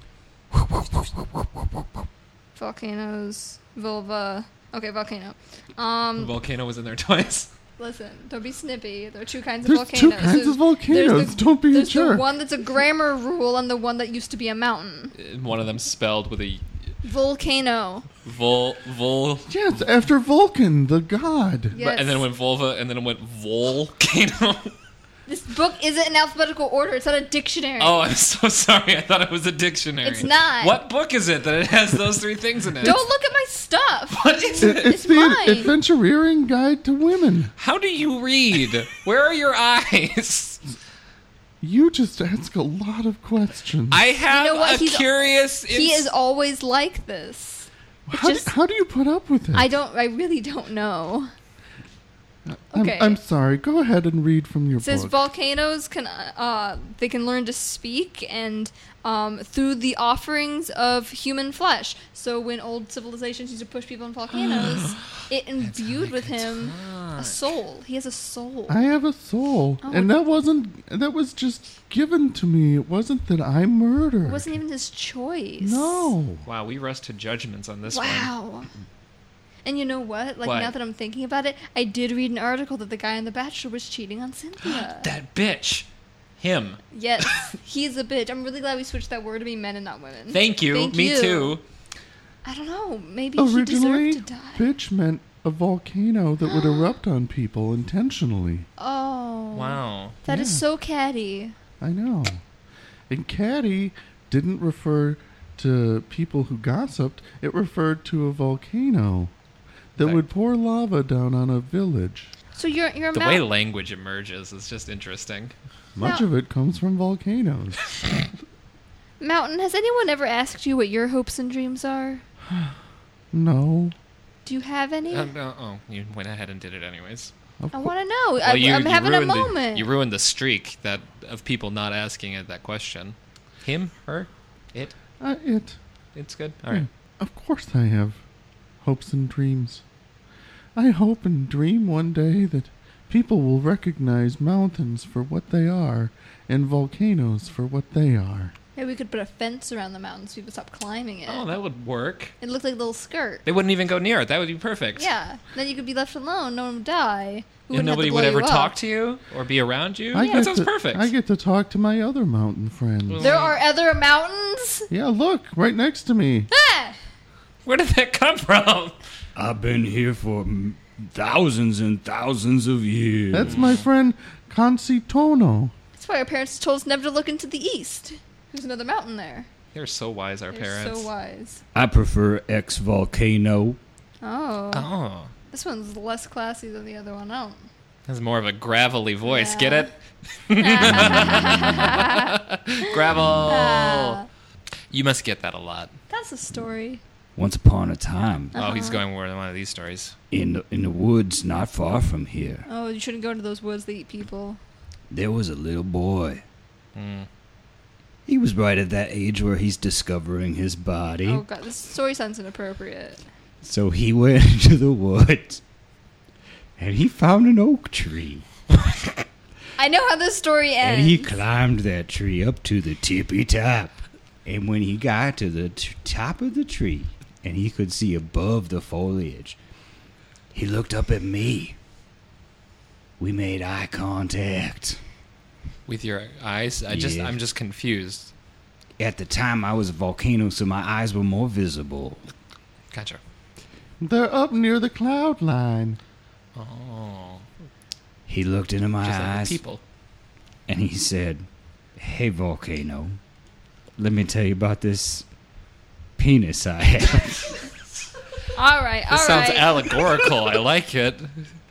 Volcanoes, vulva. Okay, volcano.
The
Um,
volcano was in there twice.
Listen, don't be snippy. There are two kinds
There's
of
two
volcanoes.
kinds of volcanoes.
there's
Don't be a
there's
jerk.
the one that's a grammar rule and the one that used to be a mountain.
One of them spelled with a
Volcano.
vol vol,
Yes, after Vulcan, the god.
Yes.
and then it went vulva, and then it went volcano.
this book isn't in alphabetical order. It's not a dictionary.
oh, I'm so sorry. I thought it was a dictionary.
It's not.
What book is it that it has those three things in it?
Don't look at my stuff.
What is it?
It- it's,
It's
the
mine.
adventureering guide to women.
How do you read? Where are your eyes?
You just ask a lot of questions.
I have
You know what?
a
He's-
curious.
He
ins-
is always like this.
how,
just-
do, how do you put up with it?
I don't. I really don't know.
I'm,
okay.
I'm sorry. Go ahead and read from your
It says
book.
volcanoes can uh, they can learn to speak and um, through the offerings of human flesh. So when old civilizations used to push people in volcanoes, it imbued with him a soul. He has a soul.
I have a soul,
Oh.
and that wasn't that was just given to me. It wasn't that I murdered.
it wasn't even his choice.
no.
wow, we rushed to judgments on this one.
Wow. And you know what? Like
What?
now that I'm thinking about it, I did read an article that the guy on The Bachelor was cheating on Cynthia.
That bitch. Him.
yes, he's a bitch. I'm really glad we switched that word to be men and not women.
Thank you.
Thank
Me
you.
too.
I don't know. Maybe he
Originally,
deserved to die.
bitch meant a volcano that would erupt on people intentionally.
Oh.
Wow.
that is so catty.
I know. And caddy didn't refer to people who gossiped. It referred to a volcano that
Right.
would pour lava down on a village.
So you're you're a
The way
mountain.
language emerges is just interesting.
Much
Now-
of it comes from volcanoes.
mountain. Has anyone ever asked you what your hopes and dreams are?
no.
Do you have any?
Um, uh, oh, you went ahead and did it anyways.
Of
I
cour-
want to know.
Well,
I,
you-
I'm
you
having a
ruined the-
moment.
you ruined the streak that of people not asking it that question. Him, her, it.
Uh, it.
It's good. All right.
Of course I have hopes and dreams. I hope and dream one day that people will recognize mountains for what they are and volcanoes for what they are.
Maybe we could put a fence around the mountain so people stop climbing it.
Oh, that would work.
it looked like a little skirt.
They wouldn't even go near it. That would be perfect.
Yeah. Then you could be left alone. No one would die. We
And
wouldn't have to
nobody would
blow
ever
you up.
talk to you or be around you.
I
that sounds
to,
perfect.
I get to talk to my other mountain friends.
There are other mountains.
Yeah, look, right next to me.
Ah!
Where did that come from?
I've been here for m- thousands and thousands of years.
That's my friend Concitono.
That's why our parents told us never to look into the east. There's another mountain there.
They're so wise, our
They're
parents.
so wise.
I prefer ex volcano.
Oh.
Oh,
This one's less classy than the other one. I don't.
has more of a gravelly voice.
Yeah.
Get it? Oh.
Uh.
Gravel. You must get that a lot.
That's a story.
Once upon a time,
Oh,
Uh-huh.
he's going more than one of these stories.
in the, in the woods not far from here,
Oh, you shouldn't go to those woods. They eat people.
there was a little boy. He was right at that age where he's discovering his body.
Oh god, this story sounds inappropriate.
So he went into the woods and he found an oak tree.
I know how this story ends.
And he climbed that tree up to the tippy top. And when he got to the t- top of the tree and he could see above the foliage, he looked up at me. We made eye contact.
With your eyes, I just
Yeah.
I'm just confused.
At the time, I was a volcano, so my eyes were more visible.
Gotcha.
They're up near the cloud line.
Oh,
He looked into my
just like
eyes
the people.
and he said, Hey, volcano, let me tell you about this penis I have.
all right, all
This sounds
right.
allegorical. I like it.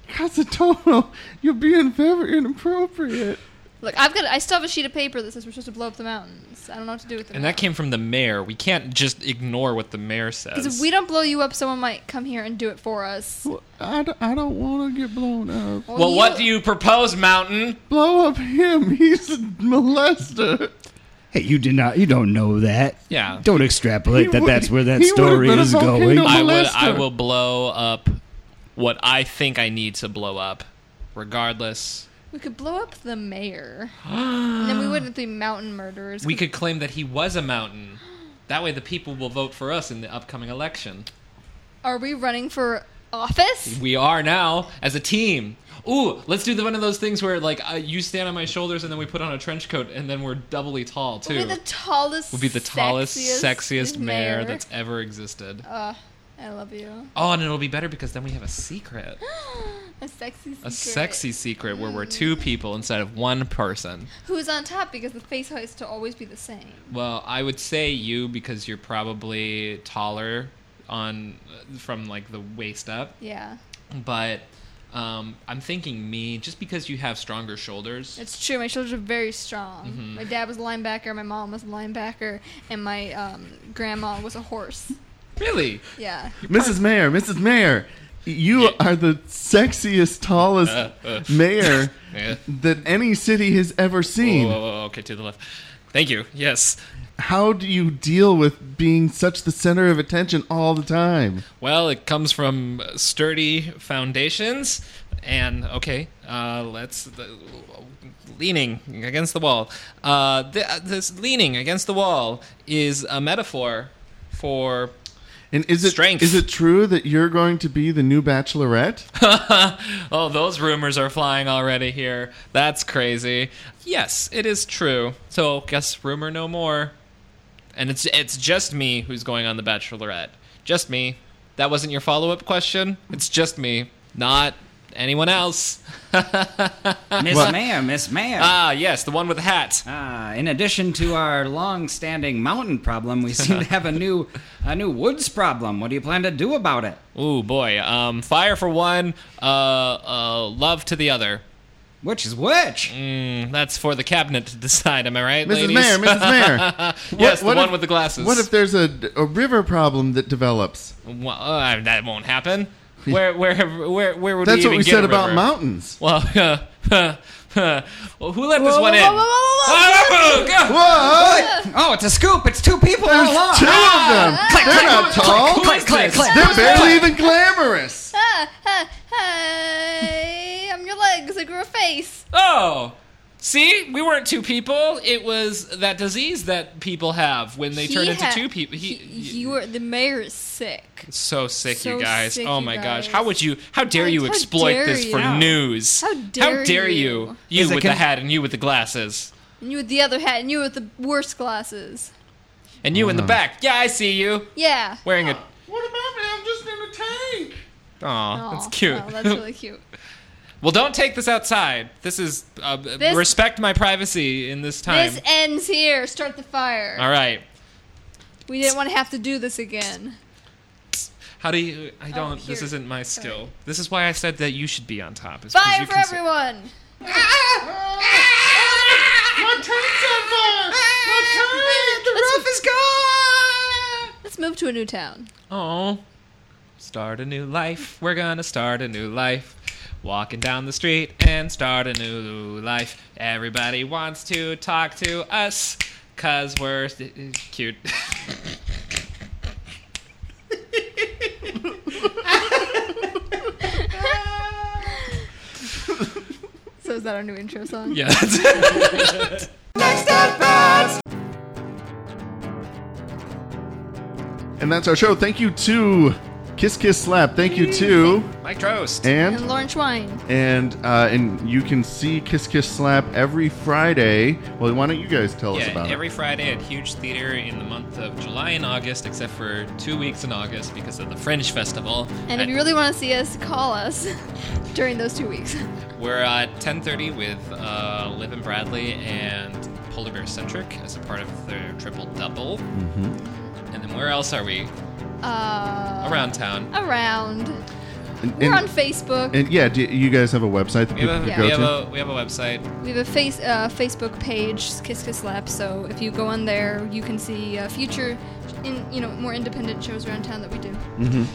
Casatono, you're being very inappropriate.
Look, I've got. I still have a sheet of paper that says we're supposed to blow up the mountains. I don't know what to do with it.
And that came from the mayor. We can't just ignore what the mayor says.
because if we don't blow you up, someone might come here and do it for us.
Well, I, d- I don't want to get blown up.
well, what do you propose, Mountain?
Blow up him. He's a molester.
Hey, you did not. You don't know that.
Yeah.
Don't extrapolate
He
that.
would-
that's where that
he would've
story
been a
is
volcano.
going.
I would. I
molester.
will blow up what I think I need to blow up, regardless.
We could blow up the mayor, and then we wouldn't be mountain murderers.
We could claim that he was a mountain. That way, the people will vote for us in the upcoming election.
Are we running for office?
We are now as a team. Ooh, let's do the, one of those things where like uh, you stand on my shoulders and then we put on a trench coat and then we're doubly tall too.
We'll be the tallest.
We'll be the tallest, sexiest, mayor,
mayor
that's ever existed.
Uh, I love you.
Oh, and it'll be better because then we have a secret.
A sexy. Secret.
A sexy secret where we're two people instead of one person.
Who's on top because the face has to always be the same.
Well, I would say you because you're probably taller on from like the waist up,
Yeah,
but um, I'm thinking me just because you have stronger shoulders.
it's true. My shoulders are very strong.
Mm-hmm.
My dad was a linebacker. My mom was a linebacker, and my um, grandma was a horse.
Really?
Yeah.
Mrs. Mayor, Mrs. Mayor, you are the sexiest, tallest mayor
Uh, Yeah.
that any city has ever
Whoa,
seen.
whoa, whoa, okay, to the left. Thank you. Yes.
How do you deal with being such the center of attention all the time?
Well, it comes from sturdy foundations, and okay, uh, let's the, leaning against the wall. Uh, th- uh, this leaning against the wall is a metaphor for.
And is it
Strength.
is it true that you're going to be the new bachelorette?
oh, those rumors are flying already here. That's crazy. Yes, it is true. So guess rumor no more. And it's it's just me who's going on the Bachelorette. Just me. That wasn't your follow up question. It's just me, not anyone else.
Miss Mayor, Miss Mayor.
Ah, yes, the one with the hat.
Uh, in addition to our long-standing mountain problem, we seem to have a new, a new woods problem. What do you plan to do about it?
Ooh boy. Um, fire for one, uh, uh, love to the other.
Which is which?
Mm, that's for the cabinet to decide. Am I right,
Mrs.
ladies?
Mayor, Mrs. Mayor.
yes, the one
if,
with the glasses.
What if there's a, a river problem that develops?
Well, uh, that won't happen. Where, where, where, where would
That's
we
what
even
we
get
said
a
about
river?
mountains.
Well, well, who let this one in?
whoa, whoa, whoa,
Ah, go-
Whoa!
Oh, it's a scoop. It's two people all
There's
along.
two of them. They're not tall.
Click, click, click.
They're barely even glamorous.
Ah, ah, hey, I'm your legs. I grew a face.
Oh, see, we weren't two people. It was that disease that people have when they turn
He
into
ha-
two people. He,
he- you are the mayor is sick.
so sick,
So
you guys.
sick,
oh
you
my
guys.
gosh, how would you? How dare you
How
exploit
dare
this for
you.
news?
How
you?
dare you.
You,
Is it
with the
con-
hat and you with the glasses
And you with the other hat, and you with the worst glasses.
and
Oh,
you in the back. Yeah, I see you
Yeah.
wearing a.
What about me? I'm just in a tank.
Aw, that's
Aw,
cute.
wow, Oh. that's really cute.
Well, don't take this outside. This is uh,
This-
respect my privacy in this time.
This ends here. Start the fire.
All right.
We didn't want to have to do this again.
How do you? I don't. this
Oh, here.
isn't my skill. This is why I said that you should be on top. is 'cause
Fire
you
for
can-
everyone.
My tank's on fire. My tank.
Let's just moved to a new town.
Oh, start a new life. We're gonna start a new life. Walking down the street and start a new life. Everybody wants to talk to us because we're th- cute.
So is that our new intro song?
yeah.
And that's our show. Thank you to Kiss Kiss Slap. Thank you to
Mike Trost.
And
and
Lauren Schwein.
and uh, and you can see Kiss Kiss Slap every Friday. Well, why don't you guys tell us
yeah,
about
every
it?
Friday at Huge Theater in the month of July and August, except for two weeks in August because of the Fringe Festival.
And if
At-
you really want to see us, call us during those two weeks.
We're at 10:30 with uh, Liv and Bradley and Polar Bear Centric as a part of their triple double. Mm-hmm. And then where else are we?
Uh,
Around town.
around.
And,
We're on
and,
Facebook.
and yeah, do you guys have a website that
We
people
have, a,
Yeah.
could go
we, have
to?
a, we have a website.
We have a face uh, Facebook page, Kiss Kiss Lap. So if you go on there, you can see uh, future, in you know, more independent shows around town that we do.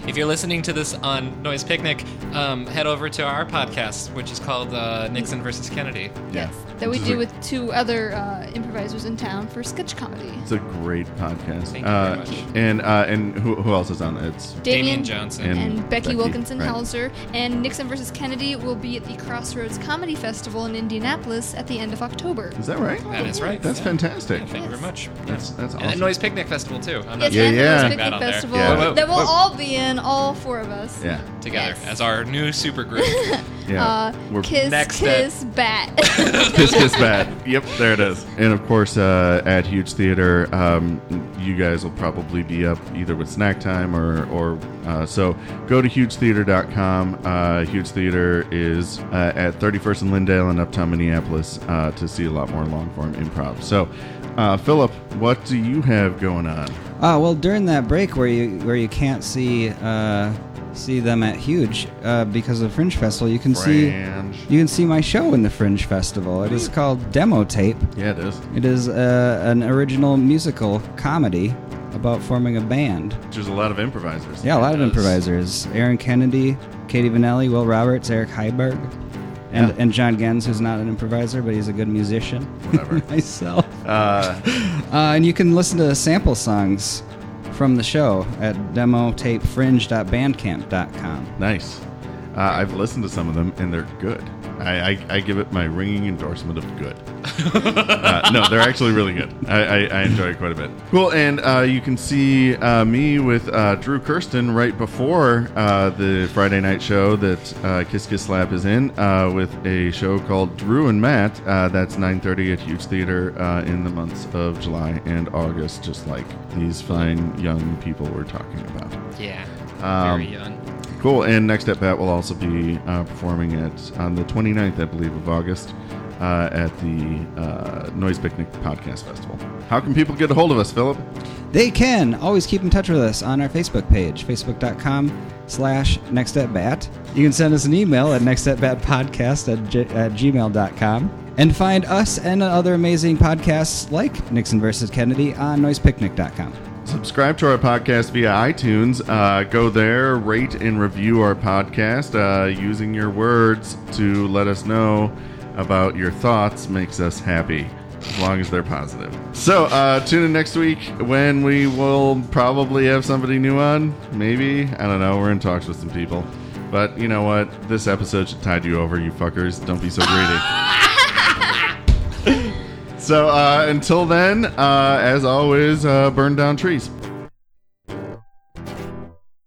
If you're listening to this on Noise Picnic, um, head over to our podcast, which is called uh, Nixon versus Kennedy.
Yeah.
That we
This is
do
a-
with two other uh, improvisers in town for sketch comedy.
It's a great podcast.
Thank you very
uh,
much.
And uh, and who, who else is on it? It's
Damien
Damien
Johnson.
And-
and Becky,
Becky,
Wilkinson
right.
Hauser and Nixon versus Kennedy will be at the Crossroads Comedy Festival in Indianapolis at the end of October.
is that right?
That is right.
That's
Yeah.
fantastic.
Yeah, thank you very much. Yeah.
That's that's
And
awesome.
at Noise Picnic Festival too. I'm not
Yes,
Yeah,
and the
yeah.
Rose
Check
that out
Picnic
there.
Festival
Yeah. Whoa,
that we'll
whoa.
all be in, all four of us.
yeah,
together
Yes.
as our new super group.
yeah.
Uh,
We're
kiss,
Next
kiss, bat.
kiss kiss bat. Yep, there it is. And of course, uh, at Huge Theater, um, you guys will probably be up either with snack time or or uh, so. Go to hugetheater.com. Uh, Huge Theater is uh, at 31st and Lindale in Uptown Minneapolis uh, to see a lot more long form improv. So, uh, Philip, what do you have going on?
Ah, well, during that break where you where you can't see uh, see them at Huge uh, because of Fringe Festival, you can
Fringe.
see you can see my show in the Fringe Festival. It is called Demo Tape.
Yeah, it is.
It is uh, an original musical comedy about forming a band.
There's a lot of improvisers.
Yeah, a lot of
does.
improvisers: Aaron Kennedy, Katie Vanelli, Will Roberts, Eric Heiberg, and
Yeah.
and John Gens, who's not an improviser but he's a good musician.
Whatever.
myself.
Uh,
Uh, and you can listen to sample songs from the show at demotapefringe.bandcamp.com.
Nice. Uh, I've listened to some of them and they're good. I, I, I give it my ringing endorsement of good. uh, no, they're actually really good. I, I, I enjoy it quite a bit. Cool. And uh, you can see uh, me with uh, Drew Kirsten right before uh, the Friday night show that uh, Kiss Kiss Slap is in uh, with a show called Drew and Matt. Uh, that's 9.30 at Huge Theater uh, in the months of July and August, just like these fine young people we're talking about.
yeah.
Um,
Very young.
Cool. And next up, Bat will also be uh, performing at on the 29th, I believe, of August uh, at the uh, Noise Picnic Podcast Festival. How can people get a hold of us, Philip?
They can always keep in touch with us on our Facebook page, facebook.com slash nextstepbat. You can send us an email at nextstepbatpodcast at, g- at gmail.com and find us and other amazing podcasts like Nixon versus Kennedy on noisepicnic.com.
Subscribe to our podcast via iTunes. Uh, go there, rate and review our podcast. Uh, using your words to let us know about your thoughts makes us happy, as long as they're positive. So uh, tune in next week when we will probably have somebody new on. Maybe I don't know. We're in talks with some people, but you know what? This episode should tide you over, you fuckers. Don't be so greedy. So uh, until then, uh, as always, uh, burn down trees.